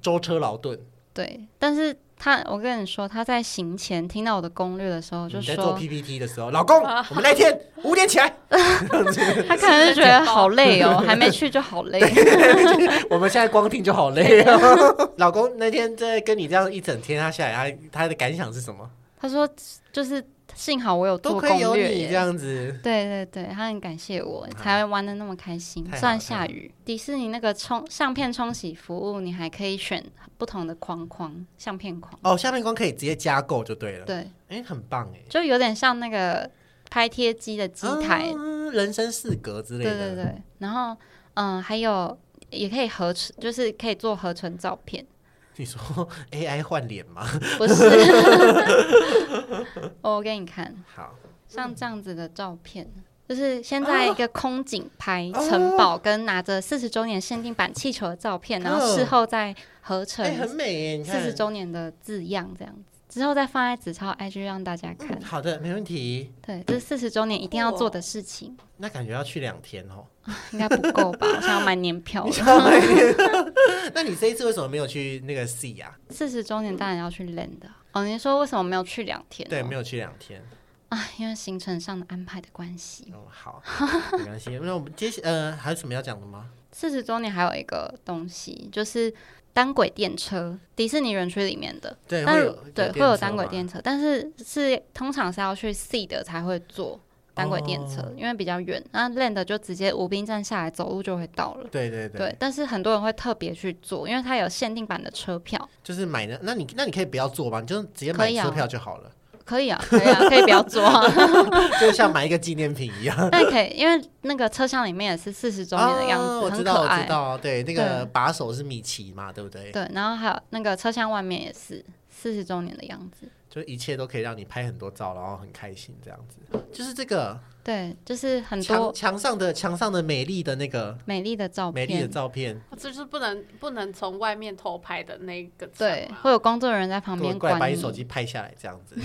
Speaker 1: 舟车劳顿，
Speaker 2: 对，但是他，我跟你说，他在行前听到我的攻略的时
Speaker 1: 嗯
Speaker 2: 候，
Speaker 1: 你
Speaker 2: 就
Speaker 1: 在做
Speaker 2: 说啊
Speaker 1: PPT 的时候，老公，我们那天五点起 来，
Speaker 2: 他可能是觉得好累 哦，还没去就好累。哦
Speaker 1: 我们现在光听就好累 哦。老公那天在跟你这样一整天，他下来，他他的感想是什么？
Speaker 2: 他说，就是幸好我有
Speaker 1: 都
Speaker 2: 做
Speaker 1: 可以
Speaker 2: 攻
Speaker 1: 有
Speaker 2: 略
Speaker 1: 你这
Speaker 2: 耶。
Speaker 1: 样子，
Speaker 2: 对对对，他很感谢我，才会玩的那么开心
Speaker 1: 太。好
Speaker 2: 虽然
Speaker 1: 了太好
Speaker 2: 下雨，迪士尼那个冲相片冲洗服务，你还可以选不同的框框相片框。
Speaker 1: 哦，下面光可以直接加购就对了，
Speaker 2: 对，
Speaker 1: 哎，很棒哎，
Speaker 2: 就有点像那个拍贴机的机台，
Speaker 1: 啊人生四格之类
Speaker 2: 对对
Speaker 1: 的，
Speaker 2: 对。然后，嗯、还有也可以合成，就是可以做合成照片，
Speaker 1: 你说 AI 换脸吗？
Speaker 2: 不是？哦我给你看，
Speaker 1: 好，
Speaker 2: 像这样子的照片。就是先在一
Speaker 1: 啊
Speaker 2: 个空景拍城堡，跟拿着四十周年限定版气球的照片，然后事后再合成
Speaker 1: 嗯哎，很美哎，你
Speaker 2: 四
Speaker 1: 看
Speaker 2: 十，周年的字样，这样子之后再放在子超 IG 让大家看
Speaker 1: 嗯。好的，没问题。
Speaker 2: 对，这是四十周年一定要做的事情。
Speaker 1: 那感觉要去两天哦。
Speaker 2: 应该不够吧？我想要买年票
Speaker 1: 你
Speaker 2: 了。
Speaker 1: 想要买 年那你这一次为什么没有去那个啊 C 呀、
Speaker 2: 四十周年当然要去 land 啊哦。你说为什么没有去两天、
Speaker 1: 对，没
Speaker 2: 有
Speaker 1: 有去两天。
Speaker 2: 啊，因为行程上的安排的关系。
Speaker 1: 哦， 好，没关系。那我们接下呃还有什么要讲的吗？
Speaker 2: 四十周年还有一个东西就是单轨电车，迪士尼园区里面的，
Speaker 1: 对，
Speaker 2: 但
Speaker 1: 会
Speaker 2: 是
Speaker 1: 有
Speaker 2: 对会
Speaker 1: 电
Speaker 2: 有
Speaker 1: 车
Speaker 2: 单轨
Speaker 1: 吗
Speaker 2: 电车，但是是通常是要去 C 的才会坐单轨电车，
Speaker 1: 哦
Speaker 2: 因为比较远。那 land 就直接无滨站下来走路就会到了。
Speaker 1: 对对对，
Speaker 2: 对，但是很多人会特别去坐，因为它有限定版的车票，
Speaker 1: 就是买的。那你那你可以不要坐吧，你就直接
Speaker 2: 可
Speaker 1: 买
Speaker 2: 以啊
Speaker 1: 车票就好了，
Speaker 2: 可以啊，可以啊，可以不要坐 啊。
Speaker 1: 就像买一个纪念品一 样。
Speaker 2: 但可以，因为那个车厢里面也是四十周年的样子，
Speaker 1: 哦我知
Speaker 2: 很
Speaker 1: 道，
Speaker 2: 可
Speaker 1: 我知
Speaker 2: 爱。
Speaker 1: 道。对，那个
Speaker 2: 对
Speaker 1: 把手是米奇嘛，对不对？
Speaker 2: 对，然后还有那个车厢外面也是四十周年的样子。
Speaker 1: 就一切都可以让你拍很多照，然后很开心这样子。就是这个
Speaker 2: 对，就是很
Speaker 1: 墙
Speaker 2: 多
Speaker 1: 墙上的墙上的美丽的那个
Speaker 2: 美丽的照
Speaker 1: 美丽的
Speaker 2: 片。
Speaker 1: 照片，
Speaker 3: 这就是不能不能从外面偷拍的那个墙
Speaker 2: 对，
Speaker 3: 啊
Speaker 2: 会有工作人员在旁
Speaker 1: 过
Speaker 2: 边
Speaker 1: 过来把
Speaker 2: 管
Speaker 1: 你手
Speaker 2: 你。
Speaker 1: 机拍下来这样子。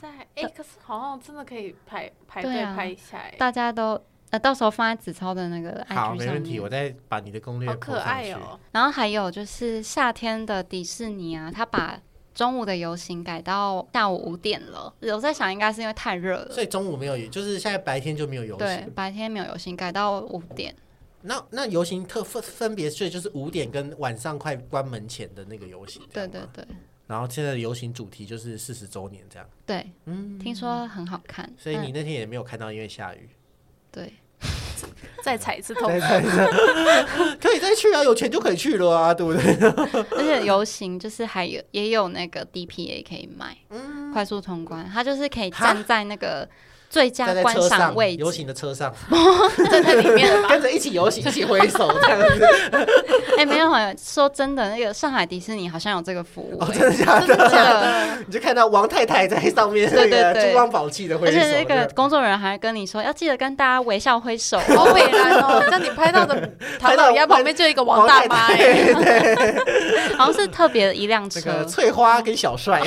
Speaker 3: 在哎、可是好像真的可以排排
Speaker 2: 呃对
Speaker 3: 队
Speaker 2: 啊
Speaker 3: 拍一下哎、
Speaker 2: 大家都呃，到时候放在子超的那个 IG
Speaker 1: 好，
Speaker 2: 上
Speaker 1: 没问题，我
Speaker 2: 面。
Speaker 1: 再把你的攻略
Speaker 3: 好
Speaker 1: po
Speaker 3: 可
Speaker 1: 上
Speaker 3: 爱
Speaker 1: 去
Speaker 3: 哦、
Speaker 2: 然后还有就是夏天的迪士尼啊，它把中午的游行改到下午五点了。我在想，应该是因为太热了，
Speaker 1: 所以中午没有游，就是现在白天就没有游
Speaker 2: 对
Speaker 1: 行。，
Speaker 2: 白天没有游行，改到五点。
Speaker 1: 那那游行特分分别是就是五点跟晚上快关门前的那个游行，这
Speaker 2: 对
Speaker 1: 样吗
Speaker 2: 对对
Speaker 1: 然后现在的游行主题就是四十周年这样，
Speaker 2: 对，
Speaker 1: 嗯，
Speaker 2: 听说很好看。
Speaker 1: 所以
Speaker 2: 嗯
Speaker 1: 你那天也没有看到，因为下雨。
Speaker 2: 对
Speaker 3: 再踩一次头。
Speaker 1: 对对对可以再去啊，有钱就可以去了啊，对不对？
Speaker 2: 而且游行就是还有也有那个 DPA 可以买，
Speaker 1: 嗯
Speaker 2: 快速通关，它就是可以站在那个最
Speaker 1: 站
Speaker 2: 佳
Speaker 1: 在
Speaker 2: 观
Speaker 1: 车
Speaker 2: 赏
Speaker 1: 上
Speaker 2: 位，
Speaker 1: 游
Speaker 2: 置。
Speaker 1: 行的车上，
Speaker 3: 站在 里面
Speaker 1: 跟着一起游行，一起挥手这样子。
Speaker 2: 哎、没有，说真的，那个上海迪士尼好像有这个服务、
Speaker 1: 哦，
Speaker 2: 哎
Speaker 1: 真的假
Speaker 3: 真的
Speaker 1: 的？
Speaker 3: 假的？
Speaker 1: 你就看到王太太在上面那
Speaker 2: 对
Speaker 1: 个
Speaker 2: 对对
Speaker 1: 珠光宝气的挥
Speaker 2: 而
Speaker 1: 手，
Speaker 2: 且那
Speaker 1: 这
Speaker 2: 个
Speaker 1: 样
Speaker 2: 工作人员还跟你说要记得跟大家微笑挥 手哦。
Speaker 3: 好北然哦！但你 拍到的唐老鸭旁边就有一个王大妈
Speaker 1: 王
Speaker 3: 哎，
Speaker 2: 好像是特别的一辆
Speaker 1: 那
Speaker 2: 车，
Speaker 1: 个翠花跟小帅，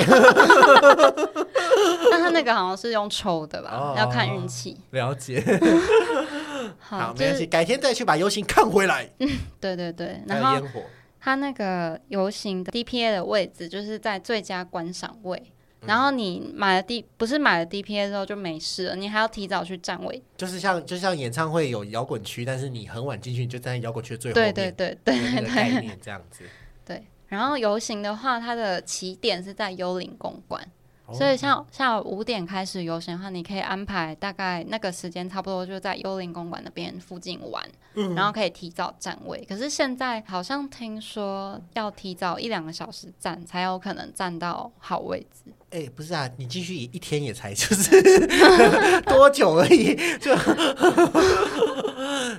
Speaker 2: 但他那个好像是用抽的吧，
Speaker 1: 哦
Speaker 2: 要看运气。
Speaker 1: 了解。好，
Speaker 2: 就
Speaker 1: 没关系，
Speaker 2: 是
Speaker 1: 改天再去把游行看回来。
Speaker 2: 对对对，
Speaker 1: 还
Speaker 2: 然
Speaker 1: 有
Speaker 2: 后
Speaker 1: 烟火，
Speaker 2: 它那个游行的 DPA 的位置就是在最佳观赏位。
Speaker 1: 嗯
Speaker 2: 然后你买了 D 不是买了 DPA 之后就没事了，你还要提早去占位。
Speaker 1: 就是像就像演唱会有摇滚区，但是你很晚进去，你就站在摇滚区的最后
Speaker 2: 对
Speaker 1: 面，
Speaker 2: 对对对
Speaker 1: 那个概念这样 子。
Speaker 2: 对。然后游行的话，它的起点是在幽灵公馆，
Speaker 1: 哦
Speaker 2: 所以像下午五点开始游行的话，你可以安排大概那个时间差不多就在幽灵公馆那边附近玩，
Speaker 1: 嗯
Speaker 2: 然后可以提早占位。可是现在好像听说要提早一两个小时站才有可能站到好位置。
Speaker 1: 哎、不是啊，你继续一天也才就是 多久而已， 就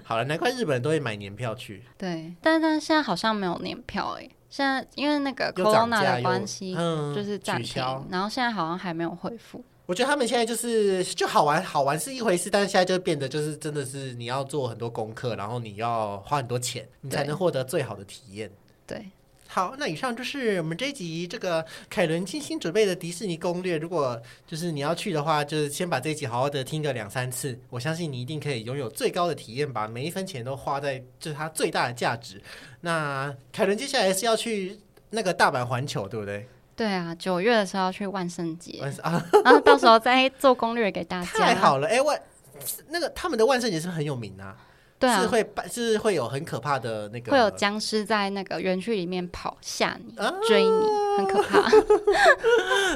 Speaker 1: 好了。难怪日本人都会买年票去，
Speaker 2: 对，但但现在好像没有年票哎、现在因为那个
Speaker 1: 又涨
Speaker 2: corona
Speaker 1: 价
Speaker 2: 的
Speaker 1: 又
Speaker 2: 关系，
Speaker 1: 嗯
Speaker 2: 就是暂
Speaker 1: 取
Speaker 2: 停
Speaker 1: 消。，
Speaker 2: 然后现在好像还没有恢复。
Speaker 1: 我觉得他们现在就是就好玩，好玩是一回事，但是现在就变得就是真的是你要做很多功课，然后你要花很多钱，你才
Speaker 2: 对
Speaker 1: 能获得最好的体验。
Speaker 2: 对，
Speaker 1: 好，那以上就是我们这一集这个凯伦精心准备的迪士尼攻略。如果就是你要去的话，就是先把这一集好好的听个两三次，我相信你一定可以拥有最高的体验，把每一分钱都花在就是它最大的价值。那凯伦接下来是要去那个大阪环球，对不对？
Speaker 2: 对啊，九月的时候要去万圣节，
Speaker 1: 万圣啊，
Speaker 2: 然后到时候再做攻略给大家。
Speaker 1: 太好了！哎、万那个他们的万圣节是不是很有名啊？
Speaker 2: 对
Speaker 1: 是
Speaker 2: 啊，
Speaker 1: 会办是会有很可怕的那个，
Speaker 2: 会有僵尸在那个园区里面跑吓你
Speaker 1: 啊、
Speaker 2: 追你，很可怕。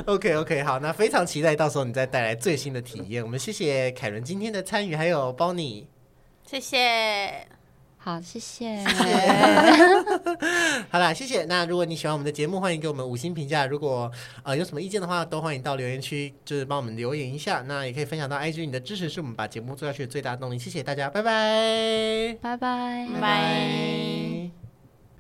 Speaker 1: OK OK，好，那非常期待到时候你再带来最新的体验。我们谢谢凯伦今天的参与，还有包你。
Speaker 3: 谢谢。
Speaker 2: 好，谢谢。哎
Speaker 1: 好啦，谢谢。那如果你喜欢我们的节目，欢迎给我们五星评价。如果呃有什么意见的话，都欢迎到留言区，就是帮我们留言一下。那也可以分享到 IG，你的支持是我们把节目做下去的最大动力。谢谢大家，拜拜，
Speaker 2: 拜拜。
Speaker 3: 拜拜